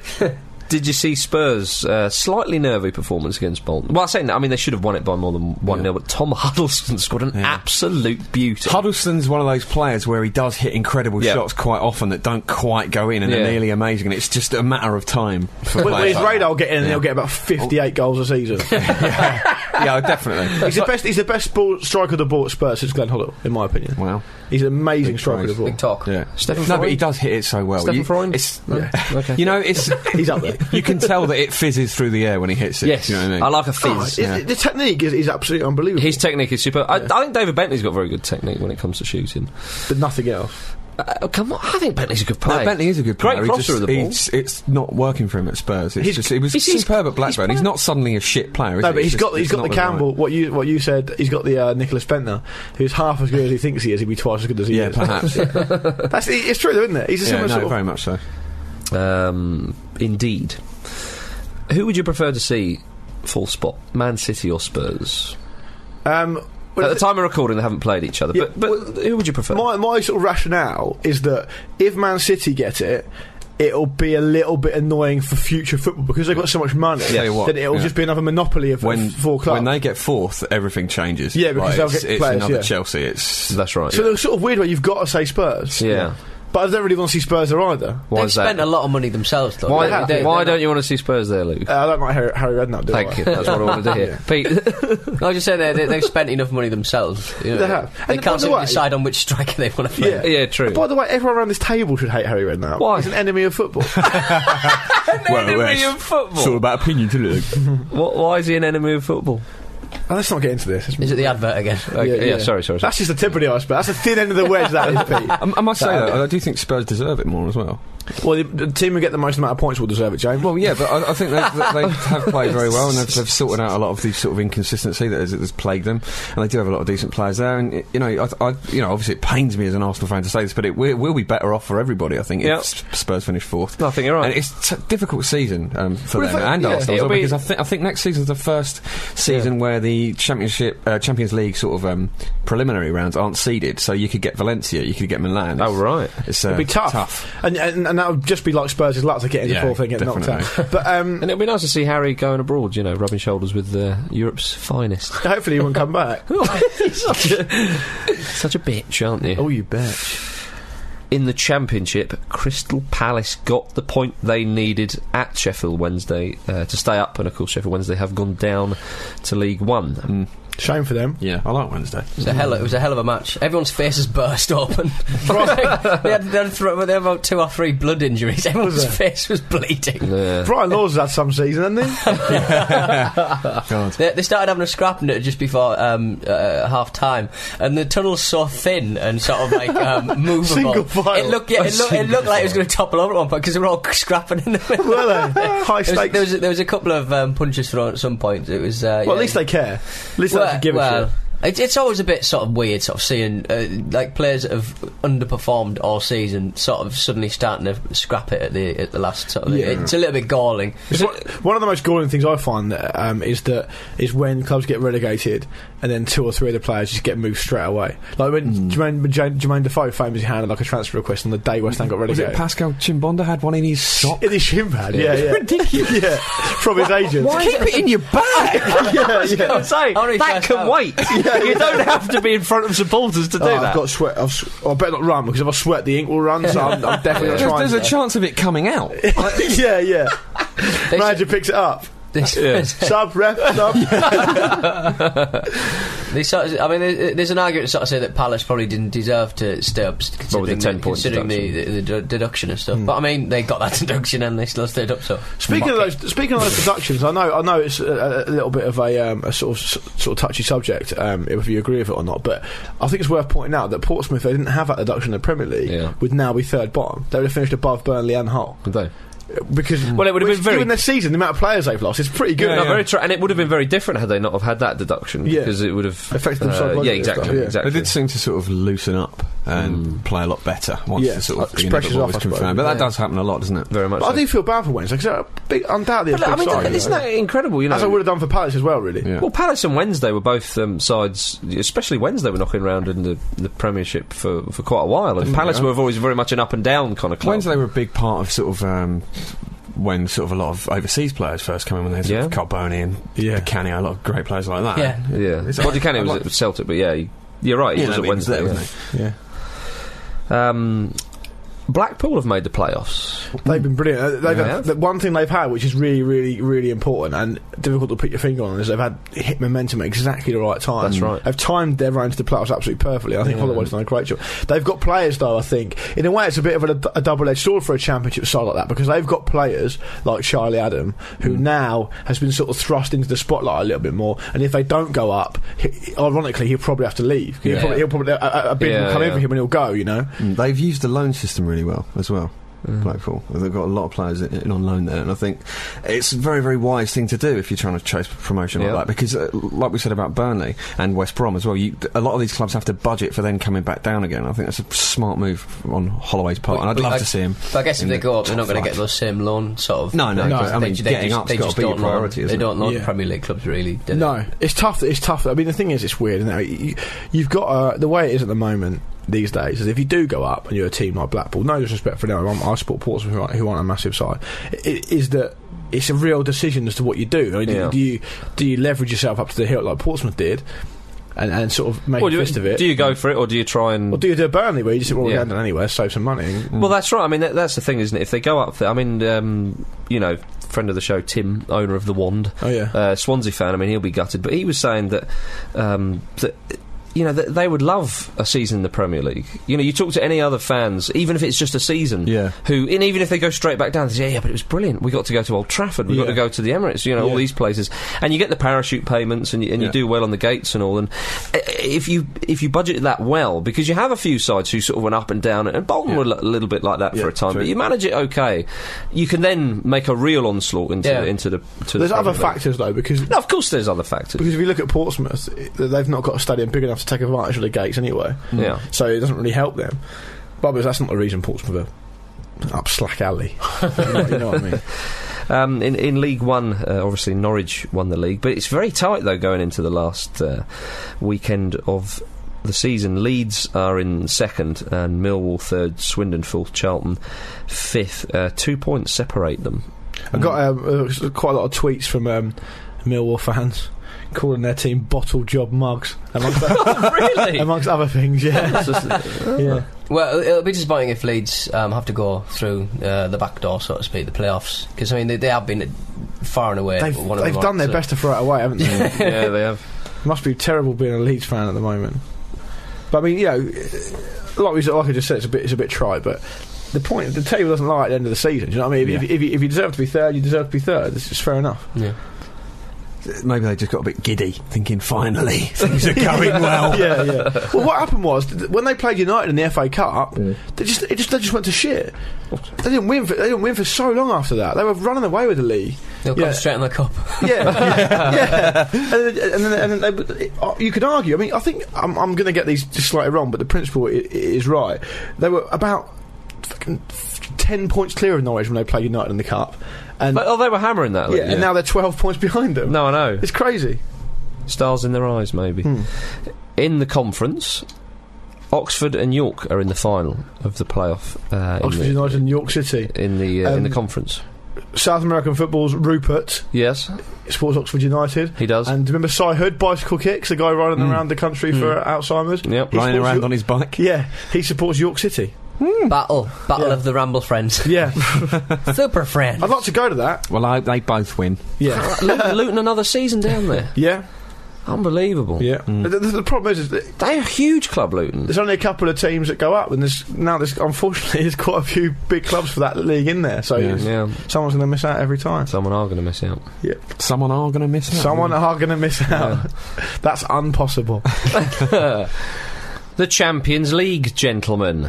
A: did you see Spurs' uh, slightly nervy performance against Bolton? Well, I'm saying that, I mean, they should have won it by more than 1 0, but Tom [laughs] Huddleston scored an
D: Yeah.
A: absolute beauty.
D: Huddleston's one of those players where he does hit incredible
A: Yeah.
D: shots quite often that don't quite go in and
A: Yeah.
D: are nearly amazing, and it's just a matter of time. For
B: With, with
D: players
B: his
D: like
B: radar get in, and
D: Yeah.
B: he'll get about 58 goals a
D: [laughs]
B: season.
D: that. yeah, definitely.
B: [laughs] he's the best. He's the best ball, striker of the ball at Spurs since Glenn Hoddle, in my opinion.
D: wow.
B: He's an amazing
D: Big
B: striker of the
D: praise.
B: ball.
C: Big talk.
D: Yeah.
A: Stefan
D: no, but
A: Freund?
D: he does hit it so well.
A: Stefan
D: you,
A: Freund?
D: It's,
A: Yeah. Okay.
D: you know, it's
B: He's
D: [laughs]
B: up there.
D: you can tell that it fizzes through the air when he hits it.
A: yes,
D: you know what I mean?
A: I like a
B: Oh,
A: fizz.
B: it- The technique is, is absolutely unbelievable,
A: His technique is super. I, I think David Bentley's got very good technique when it comes to shooting.
B: but nothing else.
A: Uh, come on, I think Bentley's a good player.
D: No, Bentley is a good
A: Great
D: player. He
A: crosser
D: just-
A: of the ball.
D: He's, it's not working for him at Spurs. It's
B: He's-
D: just, it was
A: he's- he's-
D: superb at Blackburn. He's,
A: he's-
D: not suddenly a shit player. Is
B: No,
D: he?
B: but
D: It's
B: he's
D: just-
B: got he's
D: it's
B: got the
D: not right-
B: Campbell. What you what you said? He's got the uh, Nicholas Bentner, who's half as good as he thinks he is. He'd be twice as good as he
D: Yeah,
B: is. [laughs]
D: perhaps. yeah,
B: That's it's true, though, isn't it? He's a similar
D: no,
B: sort of.
D: very much so.
A: Um, indeed. Who would you prefer to see full spot? Man City or Spurs?
B: Um,
A: At
B: well,
A: the time of recording, they haven't played each other.
B: Yeah,
A: but but who would you prefer?
B: my my sort of rationale is that if Man City get it. It'll be a little bit annoying for future football because they've got so much money.
D: Tell you what,
B: then it'll
D: yeah.
B: just be another monopoly of
D: When
B: of four clubs.
D: when they get fourth, everything changes.
B: Yeah, because
D: Like,
B: they'll
D: it's,
B: get
D: it's
B: players,
D: another
B: yeah.
D: Chelsea. It's
A: That's right.
B: so they're sort of weird where you've got to say Spurs.
A: yeah.
B: But I don't really want to see Spurs there either.
A: Why
C: They've
A: is that?
C: spent a lot of money themselves, though.
A: why
B: They have,
A: why
B: yeah.
A: don't you want to see Spurs there, Luke?
B: Uh, I don't like Harry, Harry Redknapp. Do I?
A: Thank you. That's what I wanted to hear. Pete,
C: [laughs] I was just saying they, they, they've spent enough money themselves. you know.
B: They have. And
C: They
B: by
C: can't
B: the
C: simply
B: way-
C: decide on which striker they want to
B: [laughs]
C: play.
B: Yeah.
A: yeah, true.
B: By the way, everyone around this table should hate Harry Redknapp.
A: Why?
B: He's an enemy
A: [laughs]
B: of football.
D: Well, well,
A: enemy
D: it's-
A: of football.
D: it's all about opinion to [laughs] look.
A: Wh- why is he an enemy of football?
B: Oh, let's not get into this. It's-
C: Is it the advert again?
A: Okay, yeah,
B: yeah.
A: sorry, sorry. sorry.
B: That's just the tip of the iceberg. That's the thin end of the wedge, that is,
A: [laughs]
B: Pete.
D: Um, I, I must say though, I do think Spurs deserve it more as well.
B: Well, the, the team who get the most amount of points will deserve it, James.
D: Well, yeah, but I, I think they, they they have played very well, and they've, they've sorted out a lot of the sort of inconsistency that has, that has plagued them. And they do have a lot of decent players there. And you know, I, I, you know, obviously it pains me as an Arsenal fan to say this, but it will, will be better off for everybody. I think
A: Yeah.
D: if if Spurs finish fourth.
A: No, I think you're right.
D: And it's a difficult season um, for
B: Well,
D: them
B: if I-
D: and
B: yeah.
D: Arsenal as
A: It'll
D: well,
A: be-
D: because I, th- I think next season's the first season where the Championship, uh, Champions League sort of um, preliminary rounds aren't seeded. So you could get Valencia, you could get Milan.
A: Oh, right.
D: It's, uh,
B: It'd be tough.
D: tough.
B: And, and, and that would just be like Spurs' luck to get into
D: Yeah,
B: fourth and get knocked
D: definitely.
B: out. But um,
A: And it'd be nice to see Harry going abroad, you know, rubbing shoulders with uh, Europe's finest.
B: hopefully he won't come back.
A: such, a, such a bitch, aren't you?
B: Oh, you bet.
A: In the Championship, Crystal Palace got the point they needed at Sheffield Wednesday uh, to stay up, and of course, Sheffield Wednesday have gone down to League One.
B: Shame for them.
D: Yeah, I like Wednesday.
C: It was, a hell of, it was a hell of a match. Everyone's faces burst open. [laughs] they, had, they, had thro- they had about two or three blood injuries. [laughs] Everyone's face was bleeding.
B: [laughs]
A: Yeah.
B: Brian Laws has had some season, hasn't he?
D: God.
C: They, they started having a scrap in it just before um, uh, half time, and the tunnel's so thin and sort of like um,
B: [laughs]
C: movable.
B: Single file.
C: It looked, yeah,
B: A
C: it, looked, it looked like it was going to topple over at one point because they were all [laughs] scrapping in the middle.
B: Were they? High
C: There was,
B: stakes.
C: there, was, there was a couple of um, punches thrown at some point. It was uh,
B: well, at
C: yeah.
B: least they care. At least they actually give
C: well,
B: a shit.
C: It's, it's always a bit sort of weird, sort of seeing uh, like players that have underperformed all season, sort of suddenly starting to scrap it at the at the last. Sort of
B: Yeah.
C: It's a little bit galling.
B: [laughs] It's one, one of the most galling things I find um, is that is when clubs get relegated and then two or three of the players just get moved straight away. Like when Jermaine, when Jermaine, Jermaine Defoe famously handed like a transfer request on the day West Ham got
D: Was it
B: relegated.
D: Pascal Chimbonda had one in
B: [laughs]
D: his sock?
B: in his shin pad, yeah, yeah, ridiculous. [laughs] yeah, from his agent.
D: Keep it
B: [laughs]
D: in your bag.
B: yeah, yeah.
A: I'm saying,
C: How many
A: that
C: first
A: can
B: [laughs]
C: out?
A: wait. you don't have to be in front of supporters to do
B: Oh, I've
A: that.
B: got sweat. I've, sw- I better not run because if I sweat, the ink will run. So I'm, I'm definitely
D: There's,
B: not
D: there's
B: trying.
D: a chance of it
B: [laughs]
D: coming out.
B: yeah, yeah.
C: They [laughs]
B: Manager picks it up.
C: This,
B: Sub ref sub.
C: [laughs]
A: [laughs]
C: they sort of, I mean, there- there's an argument to sort of say that Palace probably didn't deserve to stay up, s-
A: Well, with the
C: considering,
A: 10
C: the,
A: points
C: considering the, the, the d- deduction and stuff. But I mean, they got that [laughs] deduction and they still stayed up. So
B: Hmm. Speaking of
C: Muck it.
B: those, speaking of those productions, I know, I know, it's a, a little bit of a, um, a sort of s- sort of touchy subject, um, if you agree with it or not. But I think it's worth pointing out that Portsmouth, if they didn't have that deduction in the Premier League,
A: Yeah.
B: would now be third bottom. They would have finished above Burnley and Hull
A: Don't.
B: because
A: Well, it would have
B: which,
A: been very-
B: given their season, the amount of players they've lost, it's pretty good.
A: No, very true. And it would have been very different had they not have had that deduction
B: Yeah.
A: because it would have uh,
B: Affected them psychologically
A: yeah,
B: and
A: exactly,
B: stuff, yeah.
D: They
A: exactly.
D: did seem to sort of loosen up and play a lot better once
B: Mm. Yeah,
D: the sort
B: uh,
D: of the
B: pressure's
D: inevitable
B: off,
D: was
B: I suppose.
D: confirmed. But that
C: Yeah.
D: does happen a lot, doesn't it?
A: very much.
B: But I
A: so.
B: do feel bad for Wednesday because big, undoubtedly, a
A: But,
B: big
A: I mean,
B: side,
A: th- isn't that incredible? You know,
B: as I would have done for Palace as well, really.
D: Yeah.
A: Well, Palace and Wednesday were both um, sides, especially Wednesday were knocking around in the, the Premiership for, for quite a while. And Palace were always very much an up and down kind of club.
D: Mm, Wednesday were a big part of sort of. Um, when sort of a lot of overseas players first come in, when there's
A: Yeah.
D: yeah. Carboni and
B: Yeah.
D: Canny, a lot of great players like that.
C: Yeah.
A: yeah.
D: It's-
A: Well, Ducane
D: I
A: was
D: like-
A: at Celtic, but yeah, he- you're right. He
D: Yeah,
A: was
D: no,
A: at
D: but he was
A: Wednesday.
D: there,
A: yeah.
D: wasn't
A: Um, Blackpool have made the playoffs.
B: They've been brilliant. Uh, They've
A: They
B: had-
A: have.
B: the one thing they've had, which is really, really, really important and difficult to put your finger on, is they've had hit momentum at exactly the right time.
A: That's right.
B: They've timed their round to the playoffs absolutely perfectly. I think
A: Yeah.
B: Holloway's done a great job. They've got players, though. I think in a way it's a bit of a, a double-edged sword for a championship side like that because they've got players like Charlie Adam, who
A: Mm.
B: now has been sort of thrust into the spotlight a little bit more. And if they don't go up, he, ironically, he'll probably have to leave. He'll
A: Yeah.
B: probably, he'll probably a, a- a bid
A: Yeah,
B: will come in
A: yeah.
B: for him and he'll go. You know.
D: Mm, They've used the loan system really well as well. Blackpool. They've got a lot of players in, in on loan there, and I think it's a very, very wise thing to do if you're trying to chase promotion
A: Yeah.
D: like that. Because, uh, like we said about Burnley and West Brom as well, you, a lot of these clubs have to budget for then coming back down again. I think that's a smart move on Holloway's part,
C: But-
D: and I'd
C: but
D: love
C: I-
D: to see him.
C: But I guess if
D: in
C: they
D: the
C: go up, they're not
D: top
C: going to
D: flight.
C: get those same loan sort of.
D: No, no,
C: because
D: no, I mean, getting
C: just,
D: up's
C: they
D: gotta
C: just
D: be your
C: don't loan-
D: priority,
C: They
D: isn't
C: don't
D: it?
C: loan
B: Yeah.
C: Premier League clubs really. Do they? [laughs]
B: No, it's tough. It's tough. I mean, the thing is, it's weird. Isn't it? You, you've got uh, the way it is at the moment these days is if you do go up and you're a team like Blackpool, no disrespect for them, I'm, I support Portsmouth who aren't, who aren't a massive side, i- is that it's a real decision as to what you do. I mean, do-
A: Yeah.
B: Do you do you leverage yourself up to the hill like Portsmouth did, and, and sort of make
A: Well,
B: a
A: do, you,
B: fist of it?
A: do you go for it or do you try and.
B: or do you do a Burnley where you just sit well,
A: Yeah.
B: yeah. down anywhere, save some money? and-
D: Mm.
A: Well, that's right. I mean, that, that's the thing, isn't it? If they go up, there, I mean, um, you know, friend of the show, Tim, owner of the Wand,
B: oh yeah,
A: uh, Swansea fan. I mean, he'll be gutted, but he was saying that um, that. You know, that they would love a season in the Premier League. You know, you talk to any other fans, even if it's just a season,
D: Yeah.
A: who, and even if they go straight back down, they say, yeah, but it was brilliant. We got to go to Old Trafford. We got
B: Yeah.
A: to go to the Emirates, you know, all
B: Yeah.
A: these places. And you get the parachute payments and you, and you
D: Yeah.
A: do well on the gates and all. And uh, if you if you budget that well, because you have a few sides who sort of went up and down, and Bolton
D: Yeah.
A: were a little bit like that
D: Yeah,
A: for a time,
D: true.
A: but you manage it okay, you can then make a real onslaught into,
C: Yeah.
A: the, into the. To
B: there's
A: the Premier
B: other
A: League.
B: factors though because
A: No, of course there's other factors.
B: because if you look at Portsmouth, it- they've not got a stadium big enough to take advantage of the gates anyway.
A: Yeah.
B: Mm. So it doesn't really help them. But obviously that's not the reason Portsmouth are up Slack Alley. you, know, you know what I mean?
A: Um, in, in League One, uh, obviously Norwich won the league, but it's very tight though going into the last uh, weekend of the season. Leeds are in second, and Millwall third, Swindon fourth, Charlton fifth. Uh, two points separate
B: [laughs]
A: them.
B: I got um, uh, quite a lot of tweets from um, Millwall fans calling their team bottle job mugs, amongst,
A: really?
B: amongst other things. Yeah, [laughs] yeah.
C: Well, it'll be disappointing if Leeds um, have to go through uh, the back door, so to speak, the playoffs. Because I mean, they, they have been far and away.
B: They've,
C: one of
B: they've
C: them
B: done their
C: so-
B: best to throw it away, haven't they?
A: yeah, they have.
B: Must be terrible being a Leeds fan at the moment. But I mean, you know, uh, like we said- like I just said, it's a bit it's a bit trite, but. The point, the table doesn't lie at the end of the season. Do you know what I mean? If,
D: Yeah.
B: if, if, you, if you deserve to be third, you deserve to be third. It's just fair enough.
C: Yeah.
D: Maybe they just got a bit giddy, thinking, finally, [laughs] things are going [laughs] well.
B: yeah, yeah. Well, what happened was th- when they played United in the FA Cup, they just it just they just went to shit. They didn't win. For, they didn't win for so long after that. They were running away with the league.
C: They'll
B: Yeah.
C: concentrate on the cup.
B: [laughs] Yeah, yeah. yeah. And, then- and, then- and then they, uh, you could argue. I mean, I think I'm, I'm going to get these just slightly wrong, but the principle i- i- is right. They were about fucking ten points clear of Norwich when they played United in the cup,
A: [laughs]
B: and
A: But, oh, they were hammering that.
B: yeah,
A: league.
B: and now they're twelve points behind them.
A: No, I know.
B: It's crazy.
A: Stars in their eyes, maybe.
B: Hmm.
A: In the conference, Oxford and York are in the final of the playoff. Uh, in
B: Oxford
A: the-
B: United and York City.
A: in the uh, in the
B: Um,
A: conference.
B: South American football's Rupert
A: Yes,
B: supports Oxford United.
A: he does.
B: And do you remember Cy Hood, bicycle kicks, the guy riding
D: Mm.
B: around the country for Alzheimer's?
A: Yep.
B: He
D: Lying
B: supports
D: around
B: York-
D: on his [laughs] bike.
B: Yeah, he supports York City.
D: Hmm.
C: battle, battle
B: Yeah.
C: of the Ramble friends,
B: [laughs] Yeah,
C: [laughs] super friends.
B: I'd like to go to that.
D: Well, I, they both win.
B: Yeah,
A: Luton, Luton another season down there.
B: [laughs] yeah,
A: Unbelievable.
B: yeah. The, the- the problem is, is that
A: They're a huge club, Luton.
B: there's only a couple of teams that go up, and there's now there's unfortunately [laughs] there's quite a few big clubs for that league in there. So
D: Yeah.
B: it's-
A: Yeah,
B: someone's going to miss out every time.
A: someone are going to miss out. [laughs]
D: Someone are going to miss out.
B: Someone are going to miss out. [laughs] That's impossible.
A: The Champions League, gentlemen.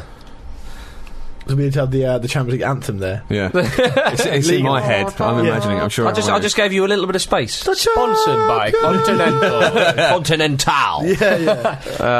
B: So we need to have the uh, the Champions League anthem there.
D: [laughs] Yeah. it's it's in
B: Legal.
D: my head. I'm
B: Yeah.
D: imagining it. I'm sure
A: I just,
D: it
A: I
D: won't.
A: just gave you a little bit of space.
C: Sponsored by [laughs] Continental.
B: [laughs]
C: Continental.
B: Yeah, yeah.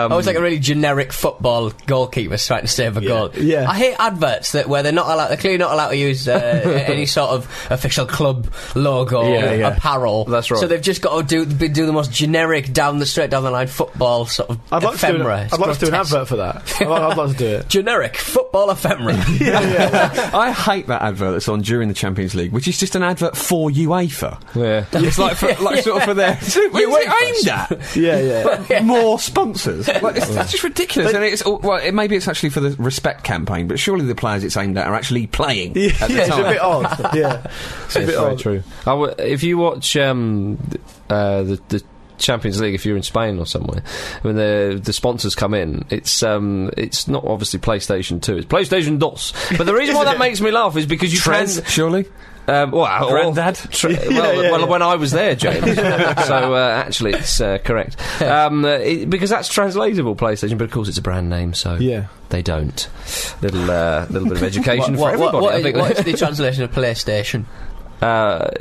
C: I was like a really generic football goalkeeper trying to save a goal.
B: yeah.
C: I hate adverts that where they're not allowed, they're clearly not allowed to use uh,
B: [laughs]
C: any sort of official club logo,
A: Yeah, yeah.
C: apparel.
A: That's right.
C: So they've just got to do be- do the most generic down the straight down the line football sort of
B: I'd like, to do,
C: ephemera.
B: an,
C: It's
B: I'd like to do an
C: grotesque.
B: advert for that. [laughs] I'd like, I'd like to do it. [laughs]
C: Generic football ephemera.
D: UEFA. I hate that advert that's on during the Champions League, which is just an advert for UEFA.
A: Yeah.
D: It's like, [laughs] for, like sort of for their. Where's it aimed at?
B: Yeah, [laughs] yeah.
D: [laughs] more sponsors. [laughs] Like, it's, that's just ridiculous. and it's all- well, it, maybe it's actually for the respect campaign, but surely the players it's aimed at are actually [laughs] playing.
B: yeah,
D: at the
B: it's a
D: time.
B: bit [laughs] odd. Yeah, it's a
A: It's
B: bit
A: very
B: odd.
A: true. I w- if you watch um, th- uh, the, the Champions League, if you're in Spain or somewhere, when the the sponsors come in, it's um, it's not obviously PlayStation Two, it's PlayStation Dos. But the reason why that makes me laugh is because you
D: Trans, surely.
A: can, um, well,
B: Oh.
A: or-
D: Grandad.
A: Tra- well,
B: [laughs] yeah,
A: well
B: yeah.
A: when I was there,
B: [laughs]
A: James. so uh, actually, it's uh, correct um, uh, it, because that's translatable PlayStation, but of course it's a brand name, so
B: Yeah,
A: they don't. Little uh, little bit of education
B: [laughs]
C: What-
A: for everybody.
C: what- what
A: I
C: is-
A: think.
C: what's the translation of PlayStation?
A: [laughs] Uh,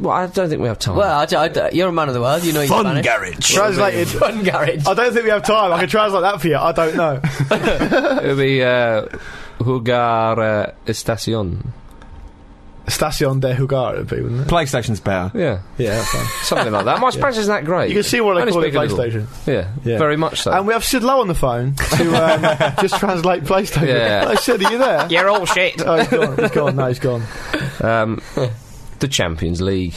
A: well, I don't think we have time.
C: Well, I d- I d- you're a man of the world. You know your Spanish.
D: garage.
B: translated.
C: Fun
B: [laughs]
C: garage.
B: I don't think we have time. I can translate that for you. I don't know.
A: It'll be uh, Jugar uh, Estacion.
B: Estacion de Jugar would be, wouldn't it?
D: PlayStation's better.
A: Yeah,
B: Yeah, that's fine.
A: something like
B: [laughs]
A: that. My Spanish isn't that great.
B: You can see what I
A: Only
B: call it
A: speak a little.
B: PlayStation.
A: Yeah,
B: Yeah.
A: very much so.
B: And we have Sid Lowe on the phone [laughs] to um, just translate PlayStation. [laughs]
A: Yeah.
B: Hello, Sid, are
A: [laughs]
B: you there?
A: You're all
B: [laughs]
A: shit.
B: Oh, he's gone. He's gone. No, he's gone.
A: Um, the Champions [laughs] League.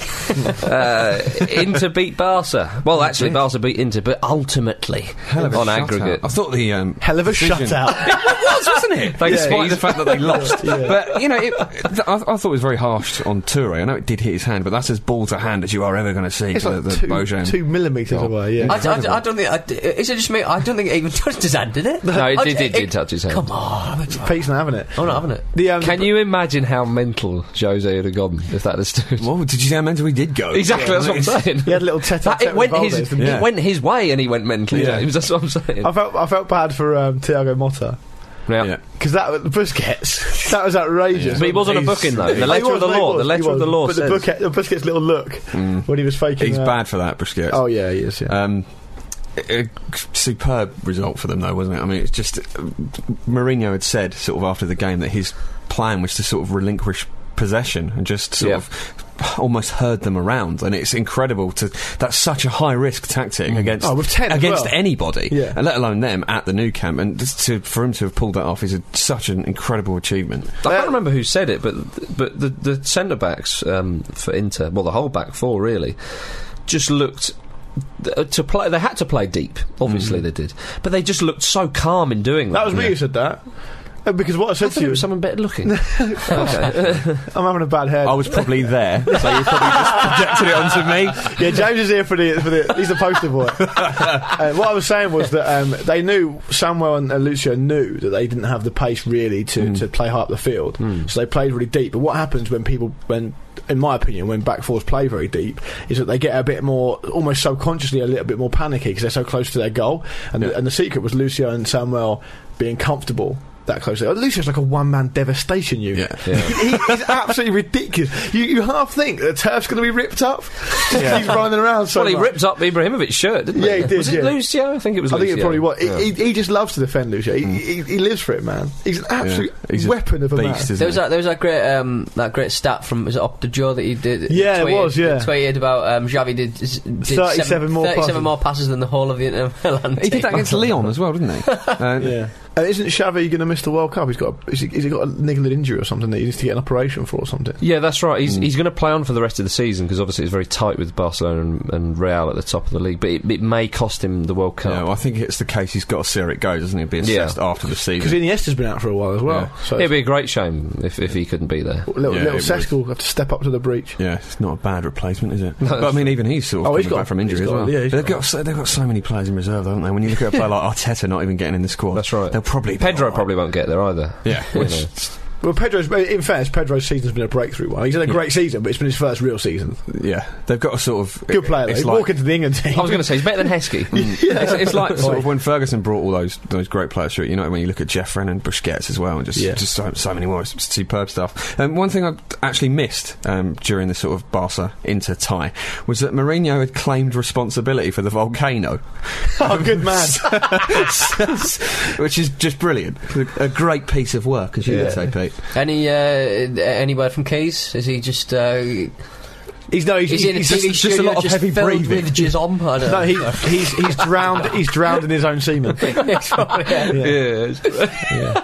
A: uh, Inter beat Barca. Well, actually, Barca beat Inter, but ultimately,
D: Hell of a
A: on
D: shutout.
A: aggregate.
D: I thought the um,
B: Hell of a
D: Vision.
B: shutout.
D: was, wasn't it?
A: Thanks,
D: Despite
A: Steve.
D: the fact that they lost.
B: [laughs] Yeah.
D: But, you know, it, th- I, I thought it was very harsh on Toure. I know it did hit his hand, but that's as ball to hand as you are ever going to
B: [laughs]
D: see
B: It's
D: for
B: like
D: the, the
B: two,
D: Bojan.
B: two millimetres
D: Oh.
B: away, yeah.
C: I, d- I d- I don't think. I d- is it just me? I don't think it even touched his hand, did it?
A: No, it
C: I
A: did,
C: d-
A: did, did touch his hand.
C: Come on, I'm,
B: Pete's not having it.
C: I'm not having it.
B: The, um,
A: Can you imagine how mental Jose would have gone if that had stood?
D: Well, did you see how mental he did go?
A: [laughs] Exactly, that's what I'm saying.
B: He had a little tete
A: That- it went his
B: didn't
D: Yeah.
A: it went his way, and he went mentally.
D: Yeah.
A: James, that's what I'm saying.
B: he? I felt I felt bad for um, Thiago Motta
A: Now-
D: Yeah.
B: because that was- Busquets [laughs] that was outrageous.
A: But he wasn't a
D: He's-
A: booking though.
D: he
A: The letter
B: He
A: of the
B: was, he
A: law.
B: was,
A: The
B: he
A: letter of
B: was.
A: the law
B: But the,
A: says. Mm.
B: Busquets, the Busquets little look when he was faking.
D: He's
B: uh,
D: bad for that, Busquets.
B: Oh yeah, he is. Yeah.
D: Um, a superb result for them, though, wasn't it? I mean, it's just uh, Mourinho had said sort of after the game that his plan was to sort of relinquish possession and just sort
A: Yeah.
D: of almost herd them around, and it's incredible to that's such a high risk tactic against
B: Oh, with 10 as
D: against
B: well.
D: anybody,
B: Yeah.
D: and let alone them at the new camp. And just to, for him to have pulled that off is a, such an incredible achievement.
A: I can't remember who said it, but but the the centre backs um, for Inter, well, the whole back four really, just looked th- uh, to play. They had to play deep, obviously they did, but they just looked so calm in doing that.
B: Mm-hmm. that was me who said that. Uh, Because what I
A: I
B: said
A: thought
B: to
A: it
B: you,
A: was someone better
B: [laughs]
A: looking.
B: I'm having a bad head.
A: Oh,
D: I
B: [laughs]
D: was probably there, so you probably just projected it onto me.
B: Yeah, James is here for the, for the he's the poster boy.
A: [laughs]
B: uh, what I was saying was that um, they knew Samuel and uh, Lucio knew that they didn't have the pace really to, to play high up the field, so they played really deep. But what happens when people when in my opinion, when back fours play very deep, is that they get a bit more, almost subconsciously, a little bit more panicky because they're so close to their goal. And, the, and the secret was Lucio and Samuel being comfortable that close. Uh, Lucio's like a one-man devastation unit.
D: Yeah.
B: [laughs] He, he's absolutely ridiculous. You, you half think the turf's going to be ripped up. [laughs] he's running around so
A: well, he
B: much.
A: ripped up Ibrahimovic's shirt, didn't
B: Yeah,
A: he?
B: he did,
A: Was it
B: yeah.
A: Lucio? I think it was.
B: I think
A: Lucio.
B: it probably was. He-
A: Yeah.
B: He, he just loves to defend Lucio. He, he, he lives for it, man. He's an absolute
D: Mm. Yeah. He's a
B: weapon of a
D: Beast,
B: man.
D: isn't
C: There was
D: he?
C: that. There was that great. Um, that great stat from was it Opta Joe that he did.
B: Yeah, it
C: tweeted-
B: was, yeah.
C: tweeted about um, Xavi did, did
B: 37 more
C: 37
B: passes.
C: more passes than the whole of the Inter Milan
D: He did
C: team.
D: that against Leon as well, didn't he?
A: [laughs]
D: Uh,
B: Yeah. And isn't Xavi going to miss the World Cup? He's got a, is he, has he got a niggling injury or something that he needs to get an operation for or something?
A: Yeah, that's right.
B: Mm.
A: He's, he's going to play on for the rest of the season because obviously it's very tight with Barcelona and, and Real at the top of the league. But it, it may cost him the World Cup.
D: Yeah, well, I think it's the case he's got to see how it goes, doesn't he? Be assessed after the
B: Because
D: season.
B: Iniesta's been out for a while as well. So
A: It'd
B: it's-
A: be a great shame if, if he couldn't be there.
B: little,
D: Yeah,
B: little
D: it
B: Cesc will have to step up to the breach.
D: yeah, it's not a bad replacement, is it? but I mean, even he's sort of
B: Oh, he's
D: coming
B: got-
D: back from injury
B: he's
D: as
B: got-
D: well.
B: yeah, he's
D: they've
B: got-
D: got so, they've got so many players in reserve, haven't they? When you look at
A: [laughs]
D: a player like Arteta not even getting in the squad,
A: That's right.
D: They'll probably be
A: Pedro
D: all right.
A: probably won't get there either. [laughs]
D: Yeah,
A: You
D: which
A: know.
B: Well, Pedro's in fairness, Pedro's season's been a breakthrough one. He's had a great season, but it's been his first real season.
D: yeah, they've got to sort of
B: Good player. Though.
D: It's
B: He'd
D: like,
B: walk into the England team. [laughs]
D: [laughs]
A: I was going to say he's better than Heskey.
D: it's, it's like sort of when Ferguson brought all those those great players through. You know, when you look at Jeff Rennan, Busquets as well, and just
B: Yeah.
D: just so, so many more it's superb stuff. Um, one thing I actually missed um, during the sort of Barca Inter tie was that Mourinho had claimed responsibility for the volcano. [laughs]
B: oh, good man.
D: which is just brilliant. A great piece of work, as you would say, Pete.
C: Any uh, any word from Keys? Is he just uh, he's
B: He's no, he's,
C: in a
B: he's
C: TV
D: just
C: studio
D: a lot of
C: just
D: heavy
C: filled
D: breathing.
C: with jizz on? I
B: no,
C: don't know.
B: he, he's he's
D: [laughs]
C: [laughs]
B: drowned. He's drowned in his own semen.
C: Sorry.
B: Yeah.
A: Yeah.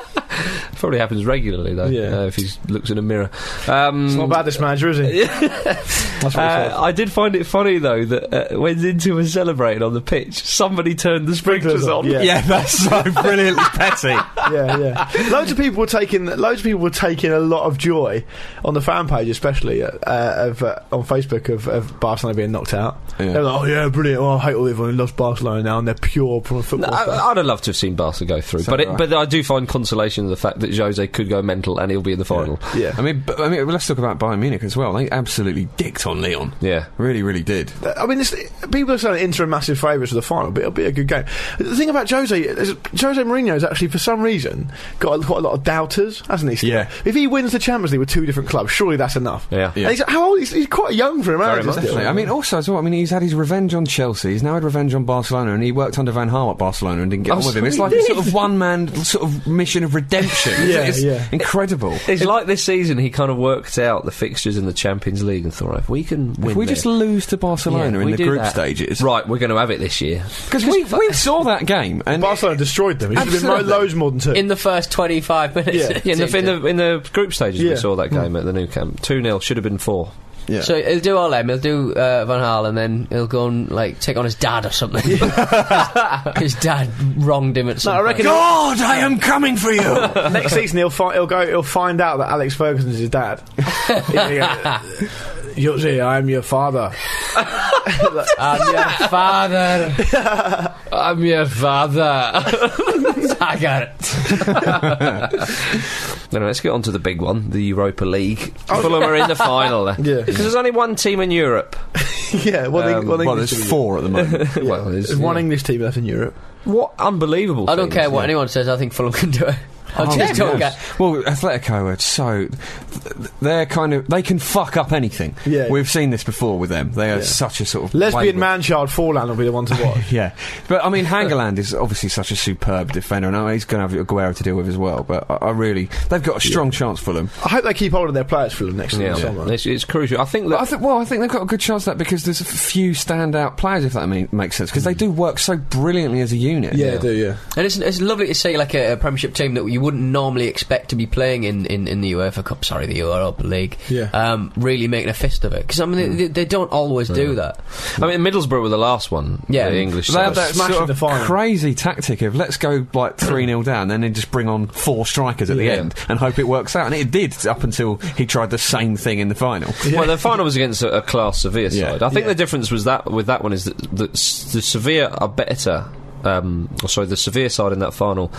A: Probably happens regularly though.
B: Yeah.
A: uh, if he looks in a mirror. Um,
B: It's not bad, this manager, is he? [laughs] That's what
A: Uh,
B: uh,
A: I did find it funny though that uh, when Zintu was celebrating on the pitch, somebody turned the sprinklers
B: Sprinklers on,
A: on.
B: yeah.
D: that's so brilliantly petty.
B: yeah, yeah. Loads of people were taking loads of people were taking a lot of joy on the fan page, especially uh, of uh, on Facebook of, of Barcelona being knocked out.
D: Yeah.
B: They're like, "Oh yeah, brilliant! Oh, I hate all everyone who loves Barcelona now, and they're pure pro- football."
A: [laughs]
B: fans."
A: I, I'd have loved to have seen Barca go through, but it,
D: right?
A: but I do find consolation in the fact that Jose could go mental and he'll be in the final.
D: [laughs]
B: yeah,
D: I mean, but, I mean, let's talk about Bayern Munich as well. They absolutely dicked on Leon.
A: Yeah.
D: Really, really did.
B: I mean, this, people are saying Inter are massive favourites for the final, but it'll be a good game. The thing about Jose is Jose Mourinho has actually, for some reason, got a, quite a lot of doubters, hasn't he? Steve?
D: Yeah.
B: If he wins the Champions League with two different clubs, surely that's enough.
A: Yeah.
D: Yeah.
B: And he's, how old? He's, he's quite young for a manager.
A: much.
B: still.
D: Definitely. I mean, also as well. I mean, he's had his revenge on Chelsea. He's now had revenge on Barcelona, and he worked under Van Gaal at Barcelona and didn't get
A: Oh,
D: on with him. It's
A: so
D: like
A: he
D: a
A: did.
D: sort of one-man sort of mission of redemption.
B: Yeah,
D: it's,
B: yeah.
D: incredible.
A: It's like this season he kind of worked out the fixtures in the Champions League and thought, if we can win,
D: If we
A: there-
D: just lose to Barcelona
A: Yeah,
D: in
A: we
D: the
A: do
D: group
A: that.
D: stages,
A: right, we're going to have it this year.
D: Because we, we saw that game, and
B: Barcelona destroyed them. He should have been
D: Absolutely.
B: loads more than [laughs] two.
C: in the first 25 minutes. [laughs]
B: Yeah.
A: Yeah, in the, in the in the group stages
B: Yeah.
A: we saw that game at the new camp. Two 0 should have been four.
D: yeah.
C: So he'll do all them. He'll do uh, Van Hal, and then he'll go and like take on his dad or something. [laughs] his dad wronged him at some.
B: No, I reckon-
C: point.
D: God, I am coming for [laughs] you.
B: Next season, he'll, fi- he'll go. He'll find out that Alex Ferguson's his [laughs] dad. Jose, I'm your father. [laughs]
C: I'm your father. I'm
B: [laughs]
C: your father. I got it.
A: No, no, let's get on to the big one, the Europa League. Fulham are in the final.
B: Yeah.
A: because there's only one team in Europe.
B: [laughs] yeah, one, Eng-
A: Um,
B: one
D: well,
B: English team.
D: there's four at the moment.
B: Yeah.
A: Well, there's-
B: There's one
A: yeah.
B: English team left in Europe.
A: What unbelievable!
C: I don't
A: teams,
C: care what
A: yeah.
C: anyone says. I think Fulham can do it. I
D: [laughs] Oh,
C: just don't
D: yes.
C: care.
D: Well, Atletico are so th- they're kind of they can fuck up anything.
B: Yeah.
D: we've seen this before with them. They are
B: Yeah.
D: such a sort of
B: Lesbian
D: wayward-
B: Manchild Forlan will be the one to watch.
D: Yeah, but I mean, Hangeland is obviously such a superb defender, and I know he's going to have Aguero to deal with as well. But I, I really, they've got a strong chance for them.
B: [laughs] I hope they keep hold of their players for the next
A: Yeah,
B: summer.
A: It's, it's crucial. I think that
D: I think, well, I think they've got a good chance of that because there's a few standout players, if that mean, makes sense, because they do work so brilliantly as a unit.
B: Mm. Yeah, they do yeah.
C: And it's, it's lovely to see like a, a Premiership team that you wouldn't normally expect to be playing in, in, in the UEFA Cup, sorry, the Europa League,
B: Yeah. Hmm.
C: um, really making a fist of it. Because I mean, they- they, they don't always do that.
A: I mean, Middlesbrough were the last one.
C: Yeah.
A: the English
D: They have
A: side.
D: that
B: Smashing
D: sort
B: the
D: of
B: final.
D: crazy tactic of let's go like 3 0 down, then they just bring on four strikers at
A: Yeah.
D: the end and hope it works out. And it did up until he tried the same thing in the final.
A: Well, the final was against a, a class Sevilla
D: Yeah.
A: side. I think
B: Yeah.
A: the difference was that with that one is that the, S- the Sevilla are better. Um, or sorry, the Sevilla side in that final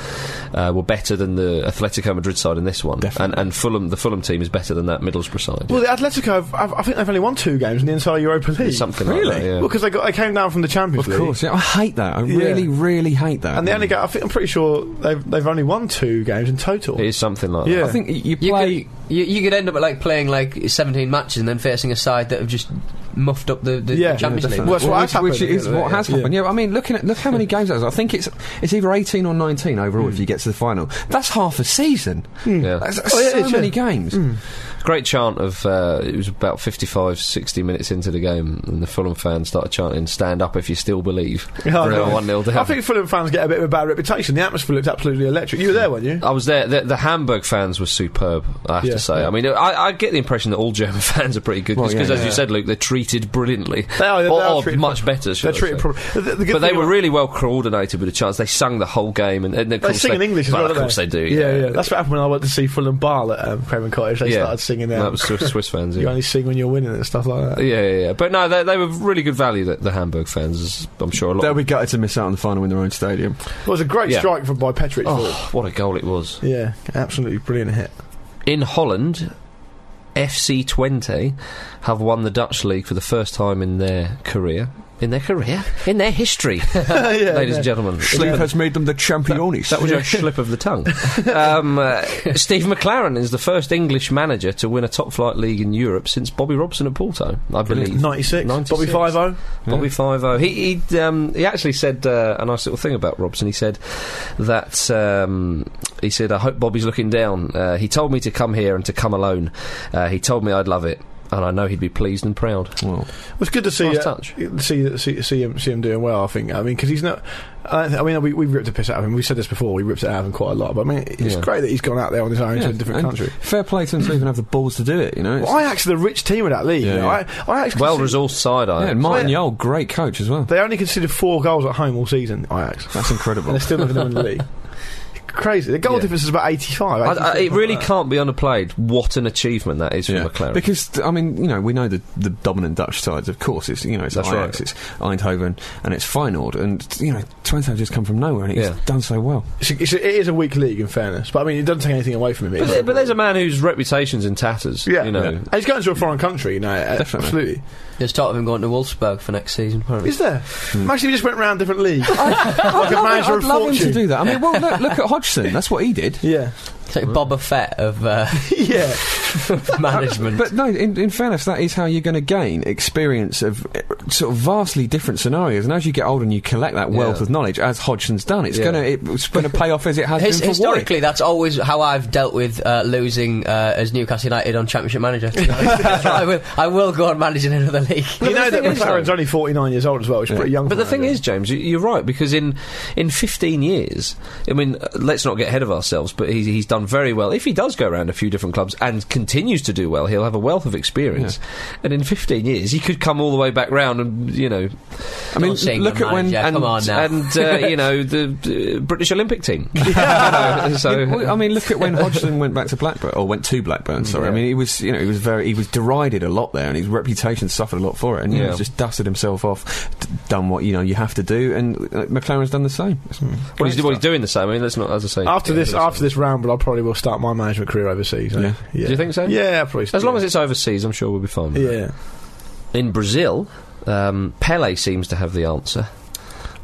A: uh, were better than the Atletico Madrid side in this one, and and Fulham the Fulham team is better than that Middlesbrough side.
B: Well, the Atletico, have, I've, I think they've only won two games in the entire Europa League.
A: Something like
D: Really?
A: that. Yeah.
B: Well, because they got they came down from the Champions
D: Of
B: League.
D: course, yeah, I hate that. I really, really hate that.
B: And they only got. I think I'm pretty sure they've they've only won two games in total.
A: it is something like
B: Yeah.
D: I think y- you
C: You
D: play.
C: could, you, you could end up like playing like 17 matches and then facing a side that have just muffed up the, the
B: Yeah,
C: Champions
B: yeah, definitely.
C: League.
B: Well, that's what has
D: which, which
B: happened,
D: is
B: isn't it?
D: what has
B: Yeah.
D: happened. Yeah, I mean, looking at look how many games that was. I think it's it's either eighteen or nineteen overall. If you get to the final, that's half a season.
A: that. Yeah.
D: That's,
B: Hmm. Oh, yeah, it
D: so
B: is, yeah. Hmm.
D: many games.
A: Great chant of uh, it was about 55, 60 minutes into the game, and the Fulham fans started chanting "Stand up if you still believe."
B: Yeah, I know.
A: one 0 down.
B: Oh, I think Fulham fans get a bit of a bad reputation. The atmosphere looked absolutely electric. You were there, weren't you?
A: I was there. The, the Hamburg fans were superb. I have
B: Yeah.
A: to say. I mean, I, I get the impression that all German [laughs] fans are pretty good
D: Well,
A: because,
D: yeah,
A: as
B: yeah.
A: you said, Luke, they're treated brilliantly.
B: They are- they
A: or,
B: are
A: or
B: treated
A: oh, much better. should
B: They're
A: I
B: treated
A: say.
B: probably. The, the good
A: but they
B: thing
A: were
B: about-
A: really well coordinated with the chance. They sung the whole game, and, and of
B: They
A: course
B: sing in English as well,
A: Of
B: don't
A: course they do.
B: Yeah, yeah. That's what happened when I went to see Fulham Barl at um, Craven Cottage. They
A: Yeah.
B: started singing
A: that
B: out.
A: was Swiss, Swiss fans.
B: [laughs] You
A: Yeah.
B: only sing when you're winning and stuff like that.
A: Yeah, yeah, yeah. But no, they, they were really good value. The, the Hamburg fans, as I'm sure a lot.
D: They'll
A: of-
D: be gutted to miss out on the final in their own stadium.
B: It was a great
A: Yeah.
B: strike from by Petric.
A: oh, what a goal it was!
B: Yeah, absolutely brilliant hit. [laughs]
A: In Holland, FC Twente have won the Dutch league for the first time in their career. In their career, in their history,
B: yeah,
A: ladies
B: yeah.
A: and gentlemen.
D: Sleep has made them the championes. [laughs]
A: That was a slip of the tongue. Um, uh, Steve McLaren is the first English manager to win a top flight league in Europe since Bobby Robson at Porto, I believe.
B: 96,
A: 96.
B: Bobby oh. 5
A: Bobby Five O. He he, um, he actually said uh, a nice little thing about Robson. He said that um, he said I hope Bobby's looking down. Uh, he told me to come here and to come alone. Uh, he told me I'd love it. and I know he'd be pleased and proud.
D: Well,
B: It was good to see
A: Nice
B: uh,
A: touch.
B: see see see him see him doing well. I think. I mean, because he's not. I, don't thi- I mean, we we ripped the piss out of him. We said this before. We ripped it out of him quite a lot. But I mean, it's
A: Yeah.
B: great that he's gone out there on his own
D: yeah,
B: to a different
D: and
B: country.
D: Fair play to him to even have the balls to do it. You know, It's-
B: Well, Ajax are the rich team of that league.
D: Yeah,
B: you know.
D: yeah.
B: I, Ajax
A: Well
B: conceded-
A: resourced side
D: yeah,
A: eye.
D: and Martin Yole, great coach as well.
B: They only conceded four goals at home all season. Ajax.
D: That's
B: and
D: incredible.
B: they're still living in the league. Crazy. The goal
A: Yeah.
B: difference is about 85.
A: I,
B: 86,
A: I, it
B: something
A: really
B: like that.
A: can't be underplayed. What an achievement that is for McLaren.
D: Because th- I mean, you know, we know the, the dominant Dutch sides. Of course, it's you know, it's
A: That's
D: Ajax,
A: right.
D: it's Eindhoven, and it's Feyenoord, and you know, Twente have just come from nowhere and it's
A: Yeah.
D: done so well.
B: It's, it's, it is a weak league, in fairness. But I mean, it doesn't take anything away from him. It
A: But,
B: is-
A: there- but there's a man whose reputation's in tatters.
B: yeah,
A: you know.
B: yeah. And he's going to a foreign country, you know. uh,
D: Definitely.
B: Absolutely.
C: There's talk of him going to Wolfsburg for next season, apparently.
B: Is there? Imagine if he just went round
A: [laughs]
B: different leagues. like a manager
D: I'd
B: of
D: love him
B: fortune.
D: to do that. I mean, well, look, look at Hodgson. That's what he did.
B: Yeah.
C: [laughs] It's like Boba Fett of uh, [laughs]
A: [laughs]
B: yeah.
C: management.
D: But no, in, in fairness, that is how you're going to gain experience of eh, sort of vastly different scenarios. And as you get older and you collect that wealth
A: Yeah.
D: of knowledge, as Hodgson's done, it's
A: Yeah.
D: going to it's going to pay off as it has
C: His,
D: been for Warwick.
C: historically, that's always how I've dealt with uh, losing uh, as Newcastle United on Championship Manager. [laughs] to be honest. That's what I, will, I will go on managing another league.
B: you know that
A: thing is,
B: McLaren's
A: though-
B: only 49 years old as well, which is pretty young.
A: But
B: for
A: the thing
B: manager.
A: is, James, you- you're right because in in 15 years, I mean, uh, let's not get ahead of ourselves. But he's, he's done very well. If he does go around a few different clubs and continues to do well, he'll have a wealth of experience. And in 15 years, he could come all the way back round and you know,
D: I mean,
C: Not seeing
D: look
C: the
D: at when
C: manager.
A: and
C: come on now.
A: and uh, you know the uh, British Olympic team. [laughs] You know, so
D: Yeah, well, I mean, look
A: [laughs]
D: at when Hodgson went back to Blackburn, or went to Blackburn. Sorry, I mean, he was, you know, he was very, he was derided a lot there, and his reputation suffered a lot for it, and
A: Yeah.
D: he's just dusted himself off, d- done what you know you have to do, and uh, McLaren's done the same.
A: well, he's, well, he's doing the same. I mean, let's not, as I say,
B: After
A: yeah,
B: this,
A: let's-
B: after this ramble, I probably will start my management career overseas. eh?
D: Yeah.
B: yeah.
A: Do you think so?
B: Yeah, probably.
A: As long as it's overseas, I'm sure we'll be fine. with that.
B: Yeah.
A: In Brazil, um, Pele seems to have the answer.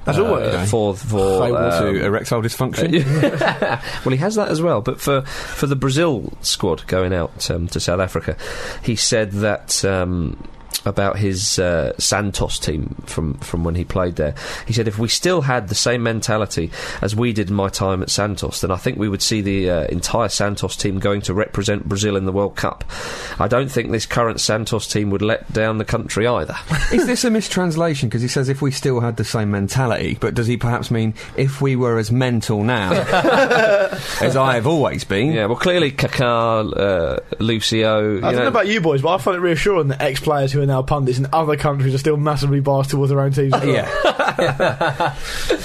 B: As
A: uh,
B: always.
A: for for
D: Able
A: um,
D: to erectile dysfunction.
A: [laughs] well, he has that as well. But for, for the Brazil squad going out um, to South Africa, he said that um, about his uh, Santos team from, from when he played there. He said, if we still had the same mentality as we did in my time at Santos, then I think we would see the uh, entire Santos team going to represent Brazil in the World Cup. I don't think this current Santos team would let down the country either.
D: Is this a mistranslation? Because he says if we still had the same mentality, but does he perhaps mean if we were as
B: [laughs]
D: mental now as I have always been?
A: yeah, well, clearly Kaká, uh, Lucio.
B: I
A: you
B: don't know
A: know,
B: about you boys, but I find it reassuring that ex-players who are now pundits in other countries are still massively biased towards their own
A: [laughs]
B: teams. as well.
D: Yeah.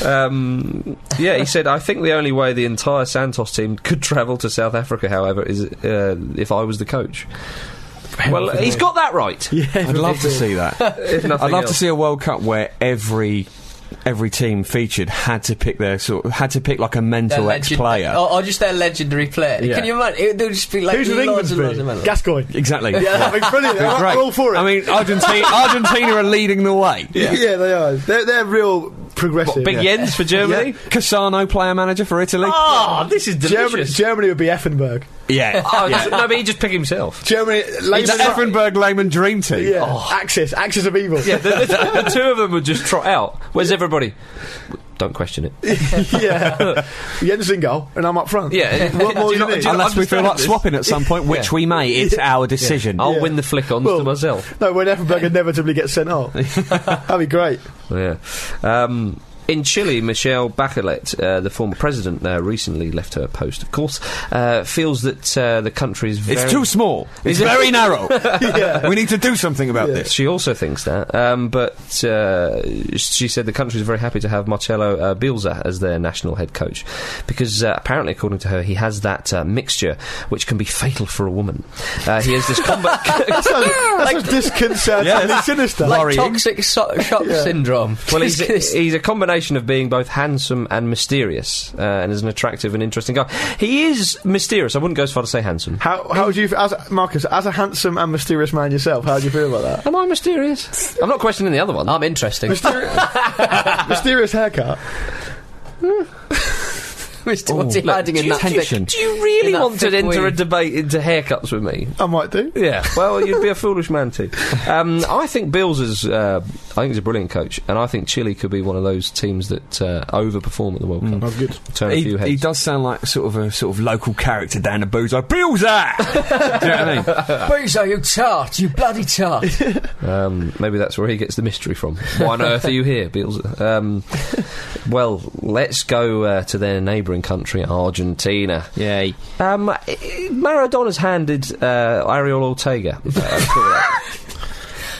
A: Um, yeah, he said, I think the only way the entire Santos team could travel to South Africa, however, is uh, if I was the coach. Well, he's got that right.
B: yeah.
D: I'd love to see that.
A: If nothing
D: I'd love to
A: else.
D: see a World Cup where every every team featured had to pick their sort had to pick like
C: Their
D: a mental ex
C: legend-
D: player.
B: Oh.
C: or, or just their legendary player.
D: Yeah.
C: Can you imagine? It, they would just be like
B: Who's with
C: loads and loads of
B: England?
C: medals.
B: Gascoigne. [laughs]
D: Exactly.
B: Yeah, that'd
A: [laughs]
B: be brilliant.
D: It'd be
B: I'm
D: great.
B: all for it.
D: I mean, Argentina, Argentina are leading the way.
B: [laughs] yeah. they are. They're, they're real progressive.
A: Big
B: yeah.
A: Jens for Germany.
D: Cassano, player manager for Italy.
A: Oh, this is
B: Germany,
A: delicious.
B: Germany would be Effenberg.
D: Yeah,
A: Oh, No, but he just picked himself.
B: Germany,
D: it's
B: Lehman-
D: Effenberg Lehman dream team.
B: yeah, Axis, Axis of Evil.
A: Oh. Yeah, the, the- the two of them would just trot out. Where's everybody? Don't question it. [laughs]
B: [laughs] yeah. Jensen goal, and I'm up front.
A: Yeah. Do
B: What more do
A: you
B: you
A: not-
B: need?
A: do you not
D: Unless we feel
A: understand
D: like
A: this?
D: swapping at some point, which
A: Yeah.
D: we may, it's our decision.
A: I'll
B: Yeah.
A: win the flick-ons
B: Well-
A: to myself.
B: No, when Effenberg inevitably gets
A: [laughs]
B: sent off. That'd be great.
A: Yeah. Um, in Chile, Michelle Bachelet, uh, the former president, uh, recently left her post, of course, uh, feels that uh, the country is very.
D: It's too small.
B: [laughs]
D: It's very narrow. We need to do something about this.
A: She also thinks that, um, but uh, she said the country is very happy to have Marcelo uh, Bielsa as their national head coach because uh, apparently, according to her, he has that uh, mixture which can be fatal for a woman. Uh, he has this combat.
B: That's, that's just disconcertingly sinister.
C: Like
D: Worrying.
C: toxic so- shock
B: Yeah.
C: syndrome.
A: [laughs] Well,
C: [laughs]
A: he's, he's a combination of being both handsome and mysterious, uh, and is an attractive and interesting guy. He is mysterious. I wouldn't go as far to say handsome.
B: How how would you f- as Marcus as a handsome and mysterious man yourself? How do you feel about
A: Am I mysterious? I'm not questioning the other one. [laughs]
C: I'm interesting.
B: that? mysterious haircut.
C: as to what's he
A: Look,
C: hiding
A: do
C: in
A: you
C: that
A: think-
C: thick-
A: Do you really
C: in that
A: want to
C: thick
A: enter a
C: weave?
A: debate into haircuts with me?
B: I might do.
A: Yeah, well, you'd be a foolish man too. Um, I think Bills is, uh, I think he's a brilliant coach, and I think Chile could be one of those teams that uh, overperform at the World
C: Mm.
A: Cup.
B: Oh, good.
A: Turn a
D: He,
A: few heads.
D: he does sound like sort of a sort of local character down the booze. Like, Bill's that!
B: [laughs]
D: Do you know what I mean?
C: Boozer, you tart, you bloody tart.
A: Um, maybe that's where he gets the mystery from. Why on earth are you here, Beals?
C: [laughs]
A: Um, well, let's go uh, to their neighbouring country, Argentina.
C: Yay.
A: Um, i- i- Maradona's handed uh, Ariel Ortega.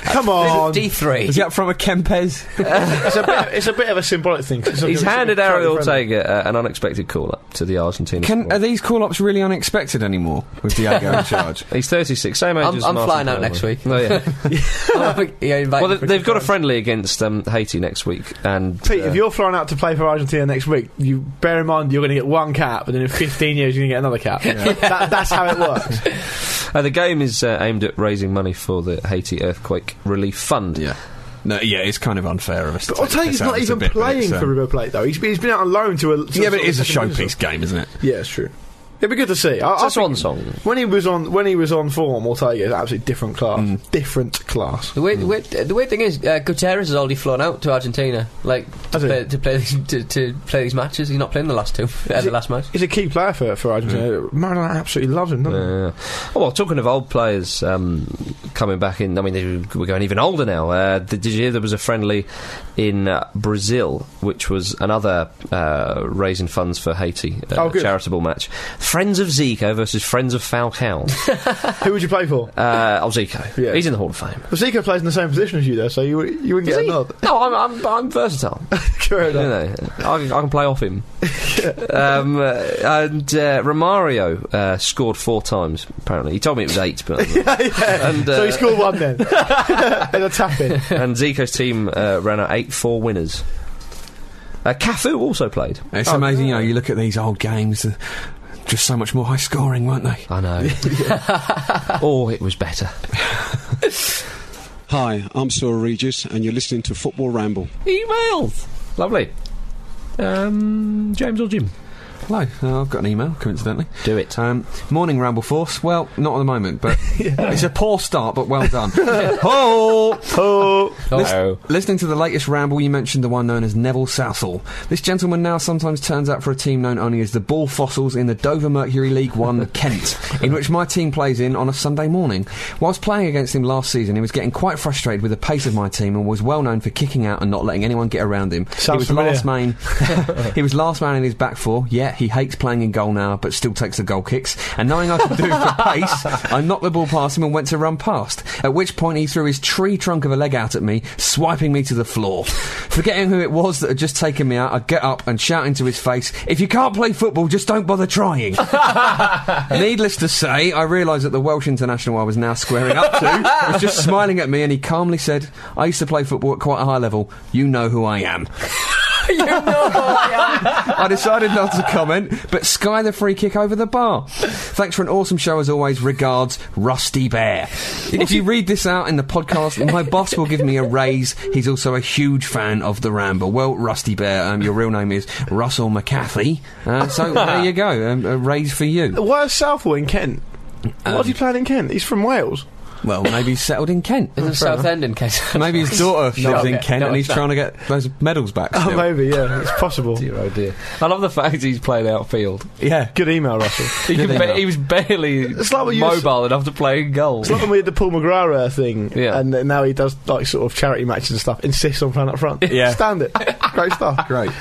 B: Come on.
D: Is
C: D3.
D: he up from a Kempes?
B: it's, a bit, it's a bit of a symbolic thing. 'cause it's
A: He's
B: something
A: handed
B: that's
A: Ariel
B: totally friendly.
A: Ortega uh, an unexpected call up to the Argentina.
D: Can,
A: squad.
D: are these call ups really unexpected anymore with Diego
B: [laughs]
D: in charge?
A: He's 36, same age
C: uh, I'm-
A: as
C: I'm
A: Martin
C: flying out
A: Palermo.
C: next week.
A: Oh,
C: [laughs]
A: yeah.
C: Oh, I think he invited
A: well,
C: me
A: they-
C: for
A: they've got a
C: Christmas.
A: friendly against um, Haiti next week, and
B: Pete,
A: uh,
B: if you're flying out to play for Argentina next week, you bear in mind you're going to get one cap, and then in 15 years you're going to get
A: [laughs]
B: another cap. That, that's how it works.
A: uh, the game is uh, aimed at raising money for the Haiti earthquake relief fund.
D: Yeah. No, yeah, it's kind of unfair of us. to
B: But
D: take
B: Ortega's
D: this out
B: not
D: as a
B: even
D: bit, but
B: playing
D: it's, um,
B: for River Plate though. He's, he's been out on loan to a. to
D: Yeah, but
B: sort
D: it is a
B: of second division.
D: showpiece game, isn't it?
B: Yeah, it's true. It'd be good to see. I,
A: It's
B: I
A: a swan
B: think
A: song.
B: When he was on, when he was on form, Ortega is absolutely different class.
D: Mm.
B: Different class.
C: The weird, weird, the weird thing is, uh, Gutierrez has already flown out to Argentina, like to
B: Has he?
C: play, to play [laughs] these- to, to play these matches. He's not playing the last two, uh, the
B: it- [laughs]
C: last match.
B: He's a key player for, for Argentina. Maradona absolutely loves him. Doesn't
A: Yeah. Oh, well, talking of old players um, coming back in, I mean, they- we're going even older now. Uh, did you hear there was a friendly in uh, Brazil, which was another uh, raising funds for Haiti uh,
B: Oh, good.
A: charitable match? Friends of Zico versus Friends of
B: [laughs]
A: Falcao.
B: he? Who would you play for?
A: uh, oh, Zico.
B: Yeah.
A: He's in the Hall of Fame.
B: Well, Zico plays in the same position as you there, so you you wouldn't get a nod. [laughs]
A: No, I'm, I'm, I'm versatile.
B: Fair
A: You
B: enough.
A: know, I, I can play off
B: [laughs]
A: him. um, uh, and uh, Romario uh, scored four times, apparently. He told me it was eight, but.
B: [laughs] Yeah.
A: And,
B: so
A: uh,
B: he scored one
D: [laughs]
B: then, [laughs] and a tap in.
A: and Zico's team uh, ran out 8 4 winners. Uh, Cafu also played.
B: Oh,
D: It's amazing, you know, you look at these old games, uh, just so much more high scoring, weren't they?
A: I
B: [laughs]
A: know. [laughs] oh, it was better.
E: Hi, I'm Sir Regis, and you're listening to Football Ramble.
A: Emails! Lovely. Um, James or Jim?
D: Hello, uh, I've got an email, coincidentally.
A: Do it.
D: Um, morning, Ramble Force. Well, not at the moment,
E: [laughs]
D: but it's a poor start, but well done. oh, oh.
A: [laughs] Oh.
D: listening to the latest Ramble, you mentioned the one known as Neville Southall. This gentleman now sometimes turns out for a team known only as the Ball Fossils in the Dover Mercury
E: [laughs]
D: League One Kent, in which my team plays in on a Sunday morning. Whilst playing against him last season, he was getting quite frustrated with the pace of my team and was well known for kicking out and not letting anyone get around him. he
B: Sounds
D: was
B: familiar.
D: last main. he was last man in his back four. Yeah, he hates playing in goal now, but still takes the goal kicks. And knowing I could do it for pace, I knocked the ball past him and went to run past. At which point, he threw his tree trunk of a leg out at me, swiping me to the floor. Forgetting who it was that had just taken me out, I get up and shout into his face, "If you can't play football, just don't bother trying." Needless to say, I realised that the Welsh international I was now squaring up to was just smiling at me, and he calmly said, "I used to play football at quite a high level. You know who I am." I decided not to comment, but sky the free kick over the bar. Thanks for an awesome show as always. Regards, Rusty Bear. If you read this out in the podcast, my boss will give me a raise. He's also a huge fan of the Ramble. Well, Rusty Bear, um, your real name is Russell McCarthy. Uh,
C: [laughs]
D: so there you go, um, a raise for you.
B: Why is Southall in Kent? Why's
D: Um,
B: he playing in Kent? He's from Wales.
D: Well, maybe he's settled in Kent.
C: Is it Southend in
B: [laughs]
C: case?
D: Maybe his daughter
C: No,
D: lives in
C: okay.
D: Kent
C: No,
D: and he's
C: it's not.
D: trying to get those medals back.
B: Oh,
D: still.
B: maybe yeah, it's
D: [laughs]
B: possible.
A: Dear, oh dear. I love the fact he's played outfield.
D: Yeah.
B: Good email, Russell.
A: He,
D: Good
A: could
D: email.
A: ba- he was barely
B: It's like what you
A: mobile enough to play in goal.
B: It's like when we did the Paul McGrath thing,
A: Yeah.
B: and then now he does like sort of charity matches and stuff. Insists on playing up [laughs] front.
D: Yeah.
B: stand it. Great stuff.
D: Great.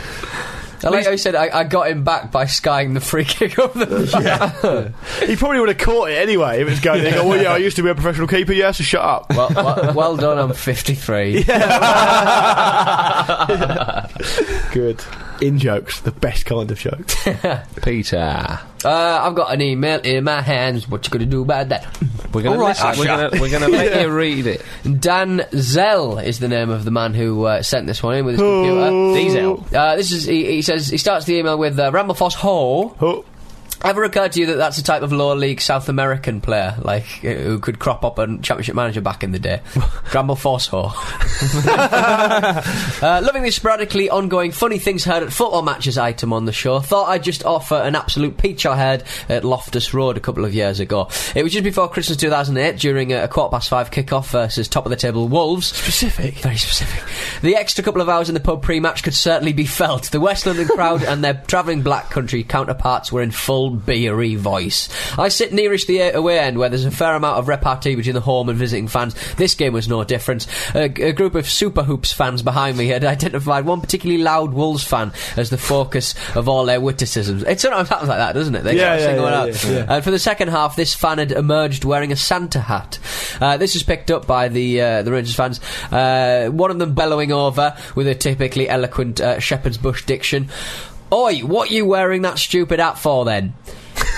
C: I like how you said I, I got him back by skying the free kick
B: [laughs]
C: over the bar.
B: [laughs] He probably would have caught it anyway if it was going. They go, well, yeah, I used to be a professional keeper. Yeah, so shut up.
C: well, well, well done, I'm 53.
B: [laughs] Good. In jokes, the best kind of joke.
A: Peter.
C: [laughs] Uh, I've got an email in my hands. What you gonna do about that?
A: We're going
D: All right,
A: to we're
D: Asher.
A: gonna, we're [laughs] gonna let you read it.
C: Dan Zell is the name of the man who uh, sent this one in with his computer.
B: Oh.
C: Diesel. Uh, this is he, he says he starts the email with uh, Ramble Foss Ho.
B: [laughs] Oh,
C: I ever occurred to you that that's a type of lower league South American player, like uh, who could crop up on Championship Manager back in the day? Gramble Forcehaw. uh, loving the sporadically ongoing funny things heard at football matches item on the show. Thought I'd just offer an absolute peach I heard at Loftus Road a couple of years ago. It was just before Christmas 2008 during a, a quarter past five kickoff versus top of the table Wolves. Specific. Very specific. The extra couple of hours in the pub pre match could certainly be felt. The West London crowd and their travelling black country counterparts were in full beery voice. I sit nearest the a- away end where there's a fair amount of repartee between the home and visiting fans. This game was no different. A, g- a group of Super Hoops fans behind me had identified one particularly loud Wolves fan as the focus of all their witticisms. It sometimes happens like that, doesn't it? They
B: Yeah,
C: sort of
B: yeah,
C: single it
B: yeah,
C: out.
B: yeah, yeah.
C: And Uh, for the second half, this fan had emerged wearing a Santa hat. Uh, this was picked up by the uh, the Rangers fans. Uh, one of them bellowing over with a typically eloquent uh, shepherd's bush diction. Oi, what you wearing that stupid hat for then?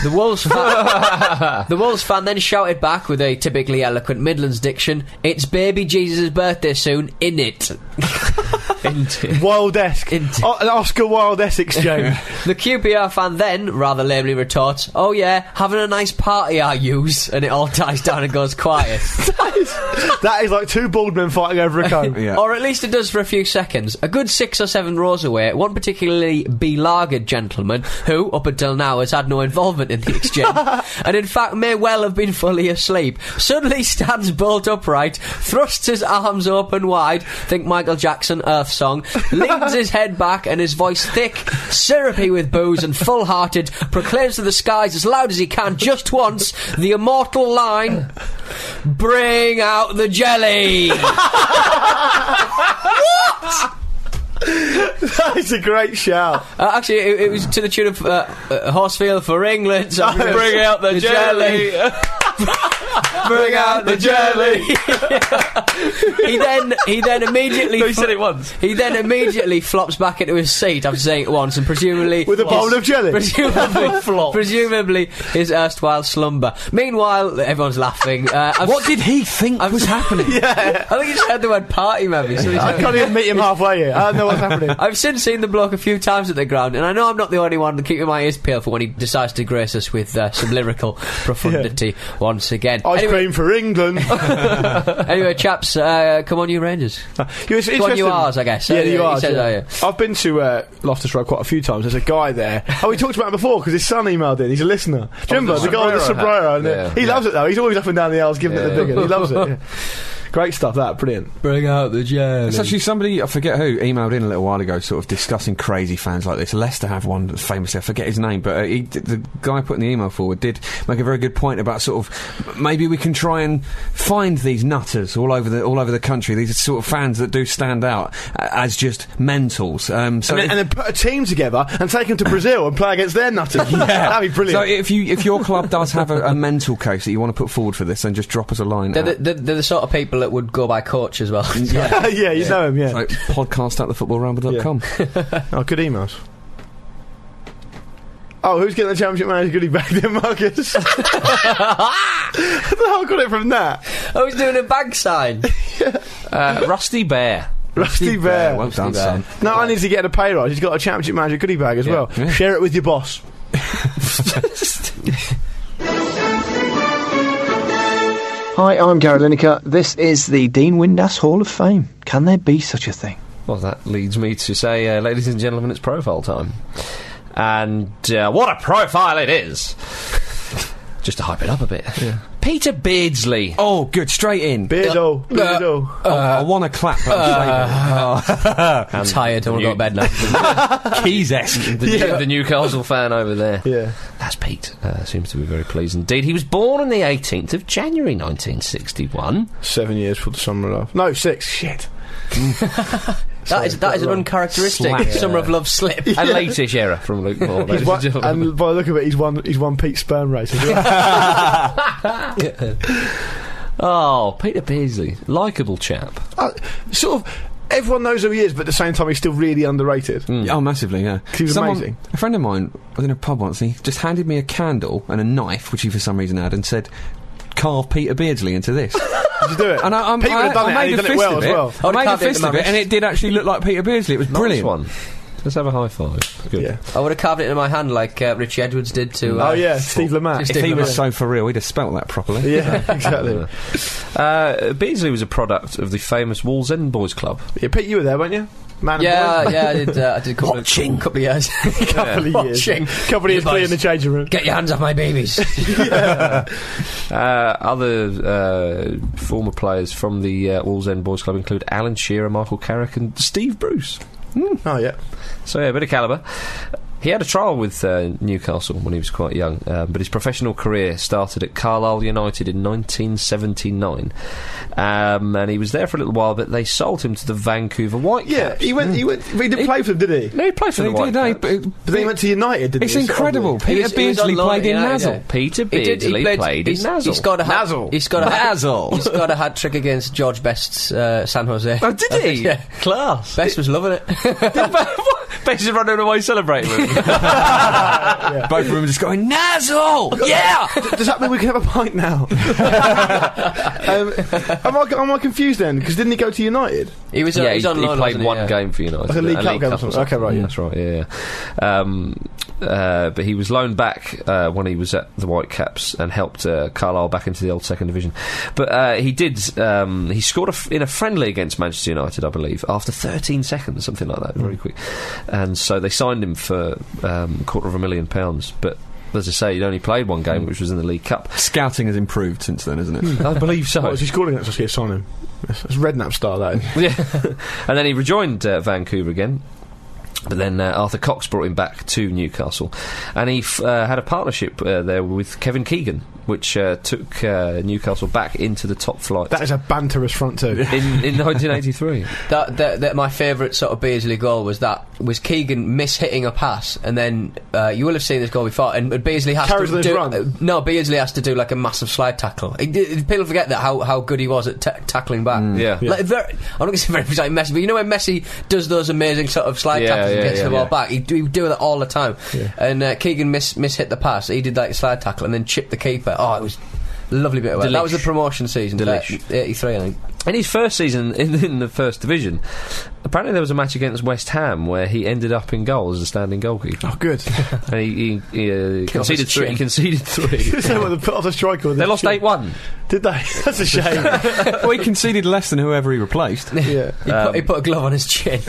C: The Wolves fan, the Wolves fan then shouted back with a typically eloquent Midlands diction, "It's baby Jesus' birthday soon, in it."
B: Wild esque.
C: Int-
B: an Oscar Wilde esque [laughs] exchange.
C: The QPR fan then rather lamely retorts, "Oh yeah, having a nice party, are yous?" And it all dies down and goes quiet.
B: that is like two bald men fighting over a comb.
D: Yeah.
C: Or at least it does for a few seconds. A good six or seven rows away, one particularly belagered gentleman who, up until now, has had no involvement in the exchange and, in fact, may well have been fully asleep, suddenly stands bolt upright, thrusts his arms open wide, think Michael Jackson Earth song, leans his head back, and his voice thick, syrupy with booze, and full hearted, proclaims to the skies as loud as he can, just once, the immortal line Bring out the jelly!
B: [laughs] that is a great shout.
C: Uh, actually, it, it was to the tune of uh, uh, Horsefield for England. So bring out the, jelly.
B: [laughs]
C: bring out the jelly. he then he then immediately
A: No, he said it once.
C: He then immediately flops back into his seat after saying it once, and presumably
B: With a
C: his-
B: bowl of jelly.
C: [laughs] Presumably,
A: Flops.
C: presumably his erstwhile slumber. Meanwhile, everyone's laughing. Uh, I've-
D: What did he think
C: [laughs]
D: was happening?
C: I think he just heard the word party, maybe. So he's
B: I
C: having-
B: can't even meet him halfway here. I don't know what's [laughs] happening.
C: I've since seen the bloke a few times at the ground, and I know I'm not the only one keeping my ears peeled for when he decides to grace us with uh,
B: [laughs]
C: some lyrical profundity once again.
B: Ice
C: anyway,
B: cream for England.
C: [laughs] anyway, chaps, uh, come on,
B: [laughs]
C: you Rangers.
B: You know, it's
C: Come on,
B: interesting.
C: you ours, I guess.
B: Yeah,
C: Uh,
B: you
C: he
B: are.
C: says,
B: yeah.
C: oh, yeah.
B: I've been to uh, Loftus Road quite a few times. There's a guy there. Oh, we talked about him before because his son emailed in. He's a listener. Do you remember the, guy with the sombrero?
A: sombrero
B: And
A: hat.
B: uh,
A: Yeah, yeah.
B: He loves it though. He's always up and down the aisles giving it the
A: Yeah.
B: big one. He loves it. yeah. Great stuff. That brilliant.
C: Bring out the jelly.
D: It's actually somebody I forget who emailed in a little while ago, sort of discussing crazy fans like this. Leicester have one that's famously, I forget his name, but uh, he, d- the guy putting the email forward did make a very good point about sort of maybe we can try and find these nutters all over the all over the country. These sort of fans that do stand out uh, as just mentals. Um, so
B: And then, and
D: if-
B: then put a team together and take him to Brazil and play against their nutters. [laughs] That'd be brilliant.
D: So if you if your club does have a, a mental case that you want to put forward for this, then just drop us a line.
C: They're the,
D: at-
C: they're, they're the sort of people that would go by coach as well.
B: [laughs] yeah, you know him. Yeah.
D: like, podcast at thefootballramble.com.
B: Oh, good emails. Oh, who's getting the championship manager goodie bag then, Marcus? [laughs] I don't know how I got it from that.
C: [laughs] I was doing a bag [laughs] sign.
A: Uh, Rusty Bear.
B: Rusty Bear.
D: well done, son.
B: No, I need to get a pay rise. He's got a championship manager goodie bag as well.
D: Yeah.
B: Share it with your boss.
F: Hi, I'm Gary Lineker. This is the Dean Windass Hall of Fame. Can there be such a thing?
A: Well, that leads me to say, uh, ladies and gentlemen, it's profile time. And uh, what a profile it is! Just to hype it up a bit. Peter Beardsley.
D: Oh, good, straight in.
B: Beardo. Beardo.
D: Oh, I want to clap. but I'm saving it. Oh.
C: I'm tired. I want to go to bed now. [laughs]
D: Keys
C: eh?
D: esque.
A: The, New- the Newcastle fan over there.
B: yeah.
A: That's Pete. Uh, seems to be very pleased indeed. He was born on the 18th of January 1961.
B: Seven years for the summer off. No, six. Shit.
C: that is that is an uncharacteristic
D: Slack.
C: summer of love [laughs] slip.
A: A latish error from Luke Moore,
B: He's um,
A: ladies [laughs]
B: won,
A: and gentlemen.
B: and by the look of it, he's won, he's won Pete's sperm race as well.
A: Oh, Peter Beardsley. Likeable chap.
B: Uh, sort of, everyone knows who he is, but at the same time, he's still really underrated.
D: Oh, massively, yeah.
B: He was amazing.
D: A friend of mine was in a pub once and he just handed me a candle and a knife, which he for some reason had, and said, Carve Peter Beardsley into this.
B: Did you do it?
D: And I, I'm,
B: People
D: I,
B: have done
D: I
B: it,
D: made
B: and he's done
D: a
B: it
D: fist
B: well
D: of
B: as well.
C: I'd
D: I made a
C: carved it
D: fist
C: into
D: of
C: my
D: it, and
C: wrist.
D: it did actually look like Peter Beardsley. It was
A: Nice
D: brilliant.
A: one. Let's have a high five. Good.
B: Yeah.
C: I would have carved it into my hand like uh, Rich Edwards did to. Uh,
B: Oh yeah, Steve Lamar.
C: Just
D: If he
C: Stephen
D: was
C: Lang.
D: so for real, he'd have spelt that properly.
B: Yeah, [laughs] exactly.
A: Uh, Beasley was a product of the famous Walls End Boys Club.
B: Yeah, Pete, you were there, weren't you? Man,
C: Yeah,
B: and boy.
C: yeah, I did. Uh, I did a couple
A: Watching.
C: of couple of years.
B: couple of years,
C: Watching.
B: couple of years
C: You
B: playing in
C: guys.
B: the changing room.
C: [laughs] Get your hands off my [laughs] babies.
A: [laughs] Uh, other uh, former players from the uh, Walls End Boys Club include Alan Shearer, Michael Carrick, and Steve Bruce.
B: Oh yeah,
A: So yeah, a bit of calibre. He had a trial with uh, Newcastle when he was quite young, uh, but his professional career started at Carlisle United in 1979, um, and he was there for a little while. But they sold him to the Vancouver
B: yeah.
A: Whitecaps.
B: He went. He went. He didn't play for them, did he?
A: no, he played for
D: They
A: the
D: did, eh?
A: Whitecaps.
D: But-
B: But then he went to United. Didn't
D: It's
B: he? Or something?
D: incredible.
C: He
D: Peter
C: was- he was
D: Beardsley
C: on loan at
D: played in
C: United.
D: Nazzle.
A: Peter
C: He did- he
A: Beardsley
C: played-
A: played in
C: he's-
A: Nazzle.
C: He's got a
A: [laughs]
C: hat.
B: Nazzle.
C: He's got a hat.
D: Nazzle.
C: [laughs] He's got a hat trick against George Best's uh, San Jose.
A: Oh, did he?
C: [laughs] yeah.
A: Class.
C: Best was loving it. [laughs]
A: Basically running away celebrating with him.
D: Both of them just going, Nazzle!
C: [laughs]
D: Yeah!
B: Does that mean we can have a pint now? um, am, I, am I confused then? Because didn't he go to United?
C: He was. uh,
A: yeah,
C: he's
A: he,
C: on
A: he
C: loan,
A: played
C: wasn't he?
A: one
C: Yeah.
A: game for United.
B: Like a League Cup game or
A: or
B: something. Okay, right, yeah.
A: That's right. Yeah. yeah. Um, uh, but he was loaned back uh, when he was at the Whitecaps and helped uh, Carlisle back into the old second division. But uh, he did. Um, he scored a f- in a friendly against Manchester United, I believe, after 13 seconds, something like that,
B: Hmm.
A: very quick. And so they signed him for um, a quarter of a million pounds, but. As I say, he'd only played one
B: Hmm.
A: game, which was in the League Cup.
D: Scouting has improved since then, isn't it?
A: I believe so.
B: What, was he scoring against us here? Sign him. It's it's Redknapp style, that is.
A: Yeah. [laughs] and then he rejoined uh, Vancouver again. But then uh, Arthur Cox brought him back to Newcastle, and he f- uh, had a partnership uh, there with Kevin Keegan, which uh, took uh, Newcastle back into the top flight
B: That is a banterous front
A: [laughs]
B: two.
A: in, in 1983.
C: That, that, that my favourite sort of Beasley goal was that was Keegan mishitting a pass, and then uh, you will have seen this goal before. And but Beasley has
B: Carries on his
C: to do
B: run.
C: uh, no Beasley has to do like a massive slide tackle. It- it- people forget that how, how good he was at ta tackling back.
A: Yeah. Yeah.
C: Like, very, I'm not going to say very much like Messi, but you know when Messi does those amazing sort of slide
A: Yeah,
C: tackles
A: yeah,
C: and gets
A: yeah,
C: the ball
A: yeah.
C: back. He, do- he would do that all the time. And uh, Keegan mis mishit the pass. He did like a slide tackle and then chipped the keeper. Oh, it was. Lovely bit of work. That was the
A: Delish.
C: promotion season,
A: Delish.
C: uh, 83, I think.
A: In his first season [laughs] in, in the first division, apparently there was a match against West Ham where he ended up in goal as a standing goalkeeper.
B: Oh,
A: [laughs]
B: good.
A: And he, he, he uh,
C: off his
A: conceded three.
C: chin.
A: He conceded
B: [laughs]
A: three.
B: Is that what they put off the striker? with
A: they
B: the
A: lost
B: chin?
A: eight one.
B: Did they? [laughs] That's a shame.
D: well, he conceded less than whoever he replaced.
B: yeah.
C: He, put, he put a glove on his [laughs] chin.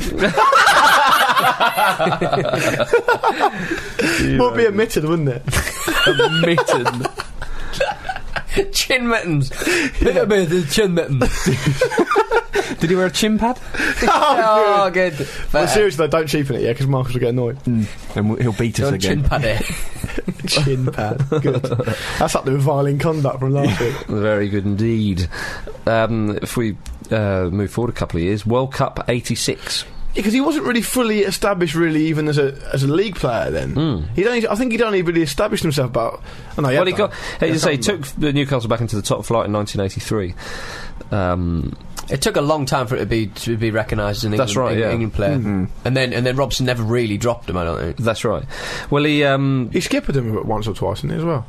B: Would be omitted, wouldn't it? Oh,
A: Mitten.
C: chin mittens. Bit of the chin mittens.
D: Did he wear a chin pad?
C: [laughs] oh, good.
B: But seriously, though, don't cheapen it, yeah, because Marcus will get annoyed.
D: And w- he'll beat us
C: Don't
D: again.
C: chin pad it.
B: Chin pad. Good. That's up to violent conduct from last week.
A: Very good indeed. Um, if we uh, move forward a couple of years, World Cup '86.
B: because he wasn't really fully established, really, even as a as a league player. Then
A: Hmm.
B: he'd only, I think he'd only really established himself about. Oh, no,
A: well, he got, as you
B: Yeah,
A: say,
B: can't
A: took the Newcastle back into the top flight in 1983. Um,
C: [laughs] It took a long time for it to be to be recognised as an
A: That's
C: England,
A: right,
C: Eng-
A: yeah.
C: England player,
D: Mm-hmm.
C: and then and then Robson never really dropped him. I don't think.
A: that's right. Well, he um,
B: He skippered him once or twice, didn't he, as well?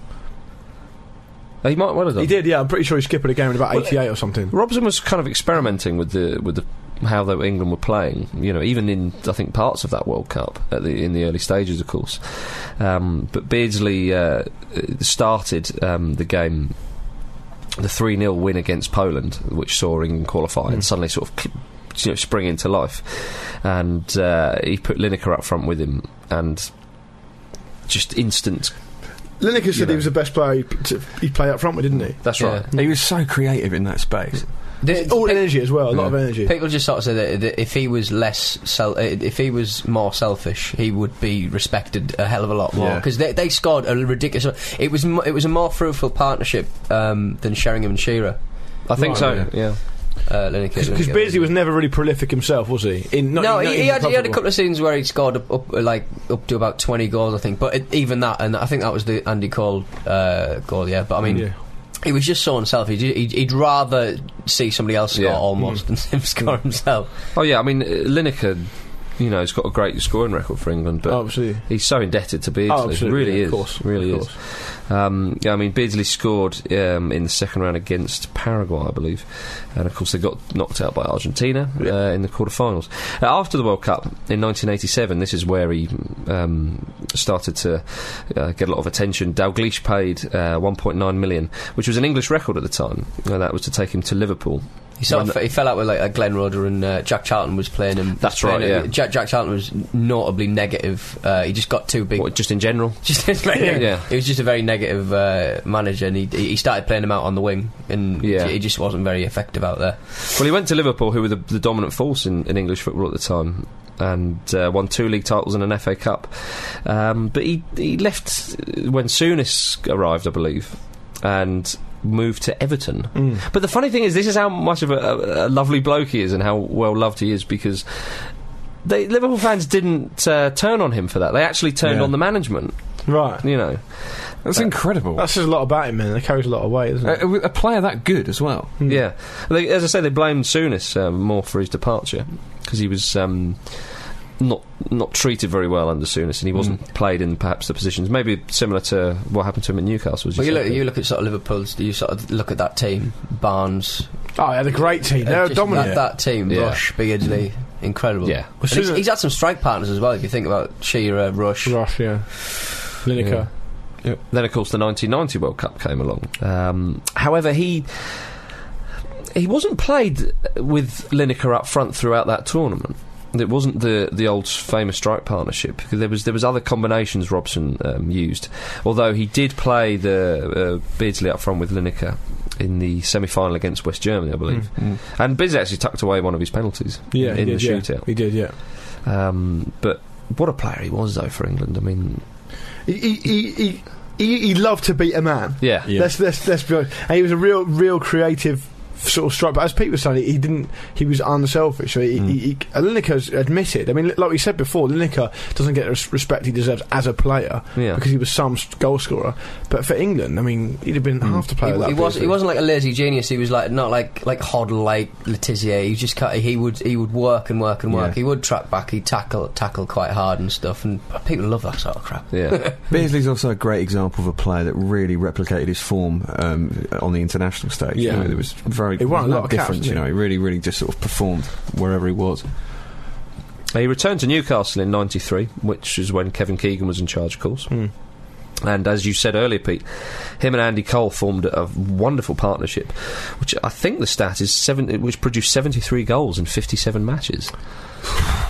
A: he might well have done.
B: He did, yeah. I'm pretty sure he skippered a game in about 88 or something.
A: Robson was kind of experimenting with the with the how they, England were playing. You know, even in I think parts of that World Cup at the, in the early stages, of course. Um, but Beardsley uh, started um, the game. The 3 0 win against Poland, which saw England qualify and suddenly sort of cl- you know, spring into life. And uh, he put Lineker up front with him and just instant.
B: Lineker said
A: You know.
B: he was the best player he'd, to, he'd play up front with, didn't he?
A: That's
C: Yeah.
A: right.
D: He was so creative in that space.
C: This-
B: All
C: pe-
B: energy as well, a lot of energy.
C: people just sort of say that, that if he was less sel- uh, if he was more selfish, he would be respected a hell of a lot more
B: Yeah.
C: because they, they scored a ridiculous. It was mo- it was a more fruitful partnership um, than Sheringham and Shearer.
A: I think
B: Right,
A: so,
B: yeah.
A: yeah.
C: Uh, Lineker-
B: Because
C: Lineker.
B: Beardsley was never really prolific himself, was he? In, not,
C: no,
B: not
C: he,
B: even
C: he, had, he had a
B: club
C: couple of seasons where he scored up, up uh, like up to about twenty goals, I think. But it, even that, and I think that was the Andy Cole uh, goal, yeah. But I mean,
B: football. Yeah.
C: he was just so unselfish. He'd, he'd, he'd rather see somebody else score
A: Yeah.
B: Mm.
C: [laughs] almost than him score himself.
A: Oh yeah, I mean uh, Lineker. you know, he's got a great scoring record for England, but
B: oh, absolutely.
A: he's so indebted to Beardsley.
B: Oh, absolutely.
A: Really
B: yeah,
A: is.
B: Of course.
A: Really
B: of
A: is.
B: course.
A: Um, yeah, I mean, Beardsley scored um, in the second round against Paraguay, I believe, and of course they got knocked out by Argentina uh, in the quarterfinals. Uh, after the World Cup in 1987, this is where he um, started to uh, get a lot of attention. Dalgleish paid uh, 1.9 million, which was an English record at the time. Uh, that was to take him to Liverpool.
C: He sort
A: One-
C: of, he fell out with like, like Glenn Rodder and uh, Jack Charlton was playing him.
A: That's
C: playing
A: right,
C: him.
A: yeah.
C: Jack, Jack Charlton was notably negative. Uh, he just got too big.
A: What, just in general.
C: [laughs] Just yeah.
A: Yeah.
C: He was just a very negative uh, manager, and he he started playing him out on the wing, and
A: Yeah.
C: he just wasn't very effective out there.
A: Well, he went to Liverpool, who were the, the dominant force in, in English football at the time, and uh, won two league titles and an FA Cup. Um, but he, he left uh, when Souness arrived, I believe, and moved to Everton.
B: Mm.
A: But the funny thing is, this is how much of a, a, a lovely bloke he is and how well loved he is because. They, Liverpool fans didn't uh, turn on him for that. They actually turned
D: Yeah.
A: on the management,
B: Right.
A: you know.
D: That's incredible. Uh,
B: That says a lot about him, man. That carries a lot of weight, doesn't it? Mm.
D: a, a player that good as well.
A: Yeah, they, as I say, they blamed Souness um, more for his departure because he was um, not not treated very well under Souness, and he wasn't
C: Hmm.
A: played in perhaps the positions maybe similar to what happened to him at Newcastle. As
C: But you
A: said,
C: look, you look at sort of Liverpool's. You sort of look at that team: Barnes,
B: Oh, they had a great team. They
C: uh,
B: were
C: just
B: dominant.
C: That, that team,
A: Yeah.
C: Rush, Beardsley, incredible.
A: yeah,
C: And he's,
B: Soon-
C: he's had some strike partners as well. If you think about Shearer, Rush,
B: Rush, yeah. Lineker.
A: Then, of course, the 1990 World Cup came along. Um, however, he he wasn't played with Lineker up front throughout that tournament. It wasn't the the old famous strike partnership. There was there was other combinations Robson um, used, although he did play the uh, Beardsley up front with Lineker in the semi final against West Germany, I believe. And Beardsley actually tucked away one of his penalties
B: Mm, Yeah,
A: in,
B: he
A: the
B: did, yeah.
A: shootout.
B: He did, yeah.
A: Um, but what a player he was though for England. I mean,
B: He, he, he, he, he, he loved to beat a man.
A: yeah,
D: Yeah.
B: Let's, let's, let's be honest. And he was a real, real creative sort of striker. But as Pete was saying, he didn't. He was unselfish. So he, he, he,
C: Hmm.
B: and Lineker's admitted. I mean, like we said before, Lineker doesn't get the res- respect he deserves as a player
A: yeah.
B: because he was some s- goal scorer. But for England, I mean, he'd have been half the player.
C: Hmm. He,
B: that
C: he was.
B: Beardsley.
C: He wasn't like a lazy genius. He was like not like like Hoddle, like Letizia. He just cut. He would. He would work and work and work.
D: Yeah.
C: He would track back. He'd tackle tackle quite hard and stuff. And people love that sort of crap.
A: yeah.
D: Beasley's also a great example of a player that really replicated his form um, on the international stage.
B: Yeah.
D: you know, it was very
B: He won a
D: no
B: lot of caps,
D: difference. you
B: didn't
D: know,
B: he?
D: he really, really just sort of performed wherever he was.
A: He returned to Newcastle in '93, which is when Kevin Keegan was in charge, of course.
B: Hmm.
A: And as you said earlier, Pete, him and Andy Cole formed a wonderful partnership, which I think the stat is seven, which produced 73 goals in 57 matches.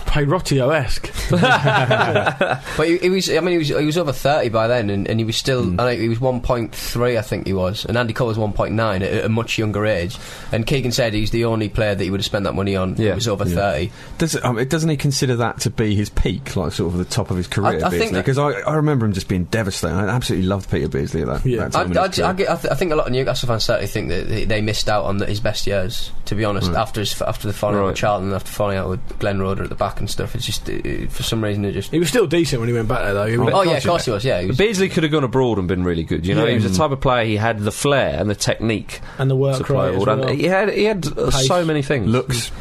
B: Peyrotio-esque.
C: But he, he was. I mean, he was. He was over thirty by then, and, and he was still. I think he was one point three. I think he was. And Andy Cole was one point nine at, at a much younger age. And Keegan said he's the only player that he would have spent that money on. who
A: Yeah.
C: was over
D: Yeah.
C: thirty.
D: Does, um, it- doesn't he consider that to be his peak, like sort of the top of his career?
C: I think that-
D: because I, I remember him just being devastated. I absolutely loved Peter Beasley at that,
B: Yeah.
D: that
C: I,
D: time. in
C: I,
D: his career.
C: I, get- I, th- I think a lot of Newcastle fans certainly think that they, they missed out on the, his best years. To be honest, after his, after the falling out
A: Right.
C: with Charlton, after falling out with Glenn Roder at the back and stuff, it's just it, it- for some reason it just.
B: he was still decent when he went back there, though. He went-
C: oh yeah, of course he was. Yeah, he was.
A: Beasley could have gone abroad and been really good. You know, he was the type of player he had the flair and the technique
B: and the
A: to
B: work
A: play
B: rate. as
A: abroad. And
B: well.
A: He had he had uh,
B: Pace.
A: so many things.
D: Looks.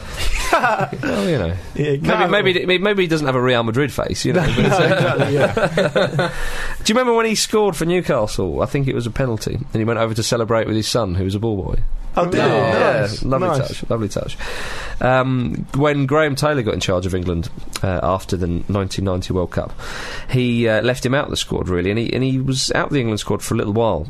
A: well, you know,
B: Yeah,
A: maybe
B: Cahill.
A: maybe maybe, maybe he doesn't have a Real Madrid face. You know, but,
B: No,
A: uh,
B: exactly, yeah.
A: [laughs] Do you remember when he scored for Newcastle? I think it was a penalty, and he went over to celebrate with his son, who was a ball boy.
B: Oh, did he?
C: No.
B: Nice,
A: Yeah, lovely
B: nice.
A: touch, lovely touch. Um, when Graham Taylor got in charge of England uh, after the 1990 World Cup, he uh, left him out of the squad really, and he and he was out of the England squad for a little while.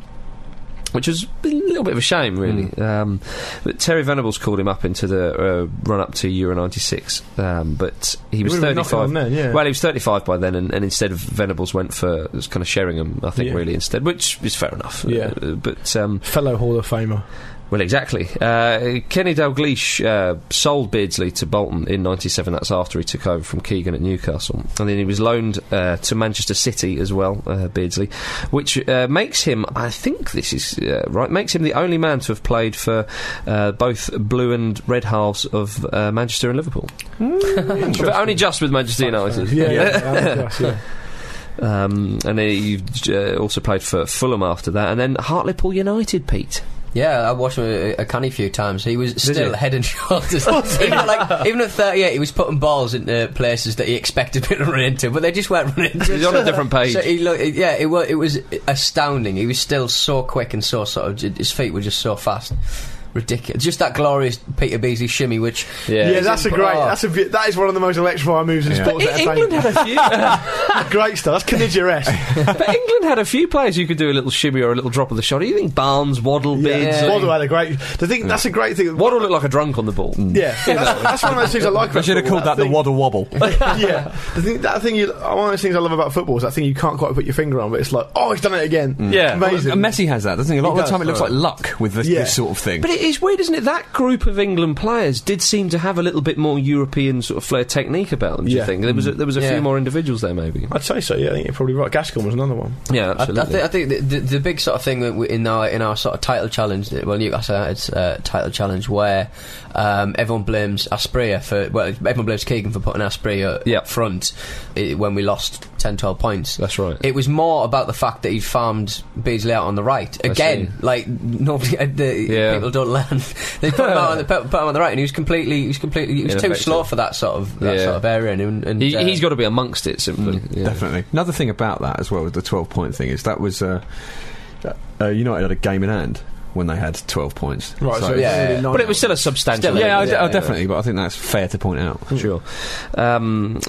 A: Which was a little bit of a shame, really.
B: Hmm.
A: Um, but Terry Venables called him up into the uh, run up to Euro '96, um, but he was
B: would've been knocking
A: 35.
B: on then, yeah.
A: Well, he was 35 by then, and, and instead of Venables went for it was kind of Sheringham, I think,
B: Yeah.
A: really instead, which is fair enough.
B: Yeah.
A: Uh, but um,
B: Fellow Hall of Famer.
A: well, exactly. Uh, Kenny Dalglish uh, sold Beardsley to Bolton in '97. That's after he took over from Keegan at Newcastle, and then he was loaned uh, to Manchester City as well, uh, Beardsley, which uh, makes him, I think this is uh, right, makes him the only man to have played for uh, both blue and red halves of uh, Manchester and Liverpool, but [laughs] only just with Manchester United.
B: Hmm. Yeah, yeah,
A: [laughs]
B: yeah, yeah.
A: Um, and he uh, also played for Fulham after that, and then Hartlepool United, Pete.
C: Yeah, I watched him a, a canny few times. He was still
A: you?
C: head and [laughs] shoulders. even, at, like, even at 38, he was putting balls into places that he expected [laughs] people to run into, but they just weren't running into.
A: He's on a different page.
C: [laughs] So he looked, yeah, it was, it was astounding. He was still so quick and so sort of, his feet were just so fast. Ridiculous. Just that glorious Peter Beasley shimmy, which.
A: Yeah. E-
B: Yeah, that's a great.
C: Oh.
B: That's a vi- that is one of the most electrifying moves in
D: Yeah.
B: sports.
A: England
B: entertainment.
A: had
C: [laughs]
A: a few. [laughs]
B: great stuff. That's Canidia-esque.
A: but England had a few players who could do a little shimmy or a little drop of the shot. You think Barnes, Waddle, Beads?
C: Yeah.
B: Waddle had a great. The thing that's a great thing.
A: Waddle looked like a drunk on the ball.
C: Mm.
B: Yeah, that's, that's one of those things I like.
D: I
B: about
D: should have
B: football,
D: called that the
B: thing-
D: waddle wobble.
B: yeah, the thing, [laughs] that thing. You, one of those things I love about football is that thing you can't quite put your finger on, but it's like, oh, he's done it again.
A: Yeah.
B: amazing.
D: And Messi has that, doesn't he? A lot
B: He
D: of the
B: does,
D: time it looks
B: right.
D: like luck with this,
B: Yeah.
D: this sort of thing.
A: But it is weird, isn't it? That group of England players did seem to have a little bit more European sort of flair technique about them. Do you
B: Yeah.
A: think there was a, there was a
C: Yeah.
A: few more individuals there, maybe?
B: I'd say so. Yeah, I think you're probably right. Gascon was another one.
A: Yeah,
C: I, I
A: absolutely.
C: think, I think the, the, the big sort of thing that we- in our in our sort of title challenge, that- well, Newcastle United's uh, title challenge, where um, everyone blames Aspria for well, everyone blames Keegan for putting Aspria
A: Yeah.
C: up front i when we lost 10, 12 points.
A: That's right.
C: It was more about the fact that he farmed Beasley out on the right again.
A: see.
C: Like nobody, [laughs] uh, the,
A: Yeah.
C: people don't learn. [laughs] they put him out
A: [laughs]
C: on the put him on the right, and he was completely, he was completely, he was too
A: Ineffective.
C: slow for that sort of that
A: Yeah.
C: sort of area. And, and
A: he,
C: uh, Mm,
A: he's got to be amongst it simply. Yeah.
D: Definitely. Another thing about that as well, with the 12 point thing, is that was uh, uh, United had a game in hand when they had 12 points.
B: Right. So,
D: So-
C: yeah.
A: But it was still a substantial.
C: Still,
D: yeah, I,
A: lead.
D: d- I definitely, but I think that's fair to point out.
A: Sure. Um,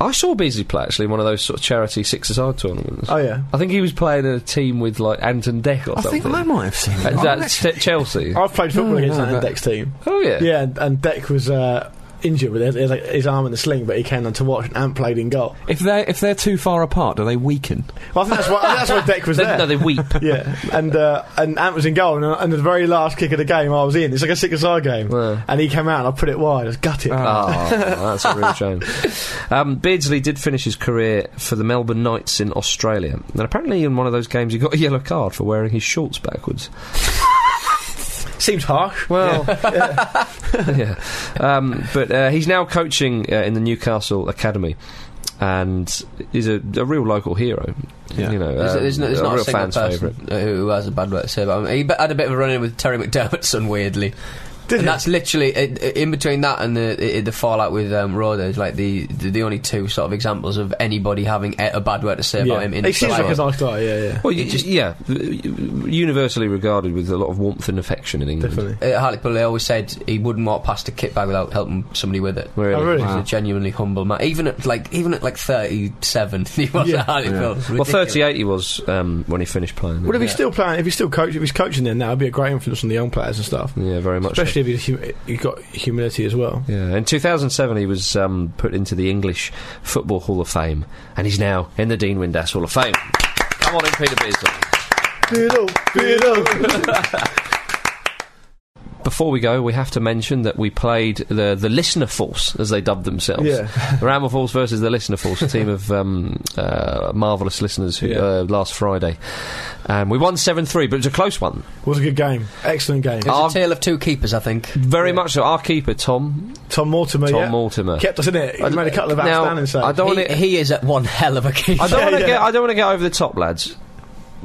A: I saw Beasley play actually in one of those sort of charity six-a-side tournaments.
B: Oh yeah.
A: I think he was playing in a team with like Anton Deck or
D: I
A: something.
D: think I might have seen it.
A: Uh, that's Ch- Chelsea.
B: I've played football
D: No,
B: against
D: no,
B: that
D: but-
B: Deck's team.
A: Oh yeah.
B: Yeah, and, and Deck was uh, injured with his, his, like, his arm in the sling, but he came on to watch and Ant played in goal.
D: If they're if they're too far apart, do they weaken?
B: Well, I think that's why, I think that's why Deck
C: [laughs]
B: was
A: They,
B: there.
A: no, they [laughs] weep.
B: yeah, and uh, and Ant was in goal, and, and the very last kick of the game I was in, it's like a six-a-side game,
A: Yeah.
B: and he came out and I put it wide, I was gutted.
A: Oh, that's a real shame. Um, Beardsley did finish his career for the Melbourne Knights in Australia. And apparently, in one of those games, he got a yellow card for wearing his shorts backwards.
B: Seems harsh.
A: Well, [laughs] yeah. Um, but uh, he's now coaching uh, in the Newcastle Academy. And is a, a real local hero,
D: Yeah.
A: you know.
C: There's,
A: um,
C: there's, no, there's
A: a
C: not a
A: real
C: single
A: fan's
C: person
A: favourite.
C: who has a bad word to say about him. He b- had a bit of a run-in with Terry McDermott's son,
A: [laughs]
C: weirdly,
B: Did
C: and
B: he?
C: that's literally i- i- in between that and the i- the fallout with um, Roda is like the, the the only two sort of examples of anybody having a, a bad word to say
B: yeah.
C: about him. In
B: He seems like a
C: society.
B: nice guy. Yeah, yeah.
A: Well, you just yeah, universally regarded with a lot of warmth and affection in England.
B: Definitely.
C: uh, Hartlepool, they always said he wouldn't walk past a kit bag without helping somebody with it.
A: Really.
B: Oh, really?
C: He's a genuinely humble man. Even at like even at like thirty seven, [laughs] he was
B: Yeah.
C: at Hartlepool.
A: Well,
C: Ridiculous.
A: thirty-eight he was um, when he finished playing.
B: Well, if
A: yeah.
B: he's still playing, if he's still coach, if he's coaching there now, it'd be a great influence on the young players and stuff.
A: Yeah, very much. so.
B: Especially if he's, hum- he's got humility as well.
A: Yeah, in 2007 he was um, put into the English Football Hall of Fame, and he's now in the Dean Windass Hall of Fame. Come on in, Peter Beardsley.
B: Beardle, Beardle.
A: Before we go, we have to mention that we played the the Listener Force, as they dubbed themselves.
B: Yeah.
A: the Ramble Force versus the Listener Force, a team of um, uh, marvellous listeners who,
B: Yeah.
A: uh, last Friday. Um, we won 7 3, but it was a close one.
B: was a good game. Excellent game.
C: It was
A: Our-
C: a tale of two keepers, I think.
A: Very much so. Our keeper, Tom,
B: Tom Mortimer.
A: Tom
B: Oh, yeah.
A: Mortimer.
B: Kept us in it. He
A: I-
B: made a couple of
A: now,
B: outstanding saves.
A: I don't
C: he,
A: want to.
C: he is at one hell of a keeper.
A: I don't
B: Yeah,
A: want to
B: yeah.
A: get. I don't want to get over the top, lads.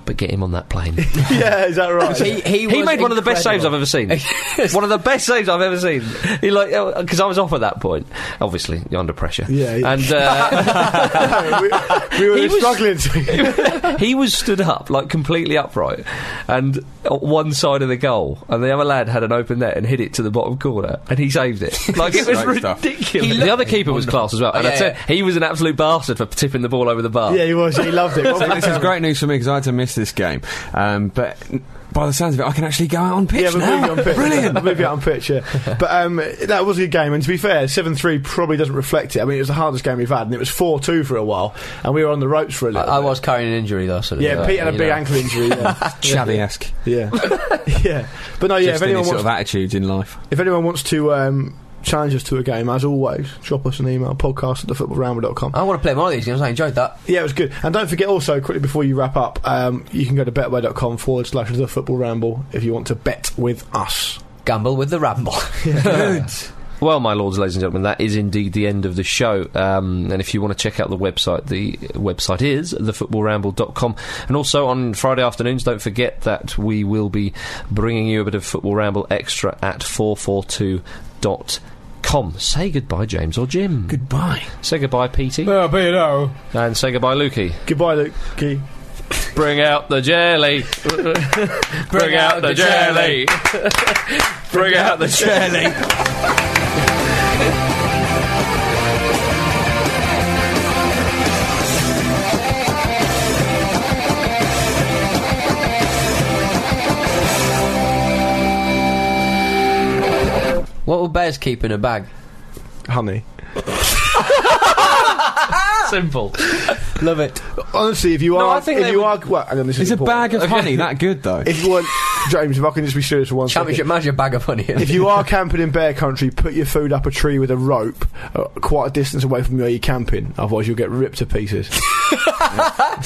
A: But get him on that plane.
B: [laughs] yeah, is that right?
C: [laughs]
B: [laughs]
C: he, he,
A: He
C: was
A: made one of the best saves I've
C: incredible.
A: ever seen.
C: [laughs]
A: one of the best saves I've ever seen. He like because I was off at that point, obviously you're under pressure.
B: Yeah, yeah.
A: and uh, [laughs]
B: we, we were
A: he was-
B: struggling. To, [laughs]
A: he was stood up like completely upright, and on one side of the goal, and the other lad had an open net and hit it to the bottom corner, and he saved it. Like it was
D: Great stuff.
A: ridiculous.
C: He
A: The
C: looked-
A: other keeper was class as well, and
C: yeah,
A: I tell
C: yeah.
A: you, he was an absolute bastard for tipping the ball over the bar.
B: yeah, he was. He loved it.
D: Uh, So this is great news for me because I had to miss this game. Um, but by the sounds of it, I can actually go out on pitch
B: Yeah, but
D: now.
B: maybe on pitch.
D: Brilliant.
B: maybe on pitch, yeah. But um, that was a good game, and to be fair, 7 3 probably doesn't reflect it. I mean, it was the hardest game we've had, and it was 4 2 for a while, and we were on the ropes for a
C: I,
B: little
C: I
B: bit.
C: was carrying an injury though. Sort of,
B: Yeah,
C: uh,
B: Pete had a
C: you
B: big
C: know.
B: anchle injury. Yeah.
D: Shabby-esque.
B: yeah. yeah. But no, yeah, if
D: Just any
B: anyone,
D: sort
B: wants,
D: of attitudes in life.
B: if anyone wants to um, challenge us to a game, as always, drop us an email podcast at thefootballramble.com.
C: I want to play more of these games. I enjoyed that.
B: Yeah, it was good. And don't forget also, quickly before you wrap up, um, you can go to betway.com forward slash the football ramble if you want to bet with us.
D: [laughs]
C: Gamble with the ramble.
A: Well, my lords, ladies and gentlemen, that is indeed the end of the show. Um, and if you want to check out the website, the website is thefootballramble.com. And also on Friday afternoons, don't forget that we will be bringing you a bit of Football Ramble extra at 442.com. Say goodbye, James or Jim.
B: Goodbye.
A: say goodbye, Petey.
B: Oh, but you know.
A: and say goodbye, Lukey.
B: Goodbye, Luke. Key.
A: Bring out the [laughs] jelly. Bring out the jelly. [laughs] Bring out the jelly.
C: [laughs] What will bears keep in a bag?
B: Honey.
A: Simple.
C: Love it.
B: Honestly, if you
D: No,
B: are,
D: I think
B: if
D: they
B: you
D: would-
B: are, well, hang on, this
D: Is
B: is
D: a bag
B: important. [laughs]
D: of honey that good though?
B: If you want, James, if I can just be serious for one second.
C: Championship manager bag of honey.
B: If you are camping in bear country, put your food up a tree with a rope, uh, quite a distance away from where you're camping. Otherwise, you'll get ripped to pieces.
D: [laughs]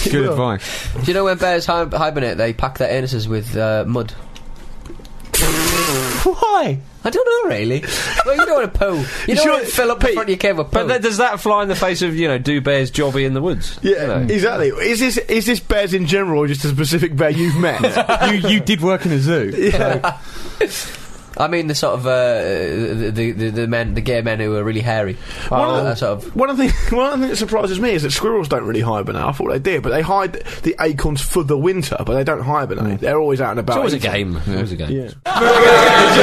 D: good advice.
C: [laughs] Do you know when bears hi- hibernate, they pack their anuses with uh, mud?
B: Why?
C: I don't know, really. Well, you don't want to poo. You, don't
B: sure-
C: want to fill up the
B: Pete,
C: front of your cave with poo.
A: But th- does that fly in the face of you know do bears jobby in the woods? You
B: Yeah,
A: know?
B: exactly. Is this is this bears in general, or just a specific bear you've
D: [laughs]
B: met?
D: you, you did work in a zoo.
B: yeah.
C: I mean the sort of uh, the, the, the the men, the gay men who are really hairy.
B: One
C: Oh,
B: of the-
C: that sort of.
B: One of the [laughs] one of the things that surprises me is that squirrels don't really hibernate. I thought they did, but they hide the acorns for the winter, but they don't hibernate. They're always out and about.
A: Mm. It's always a
B: eating.
A: game. It was a game.
B: Yeah.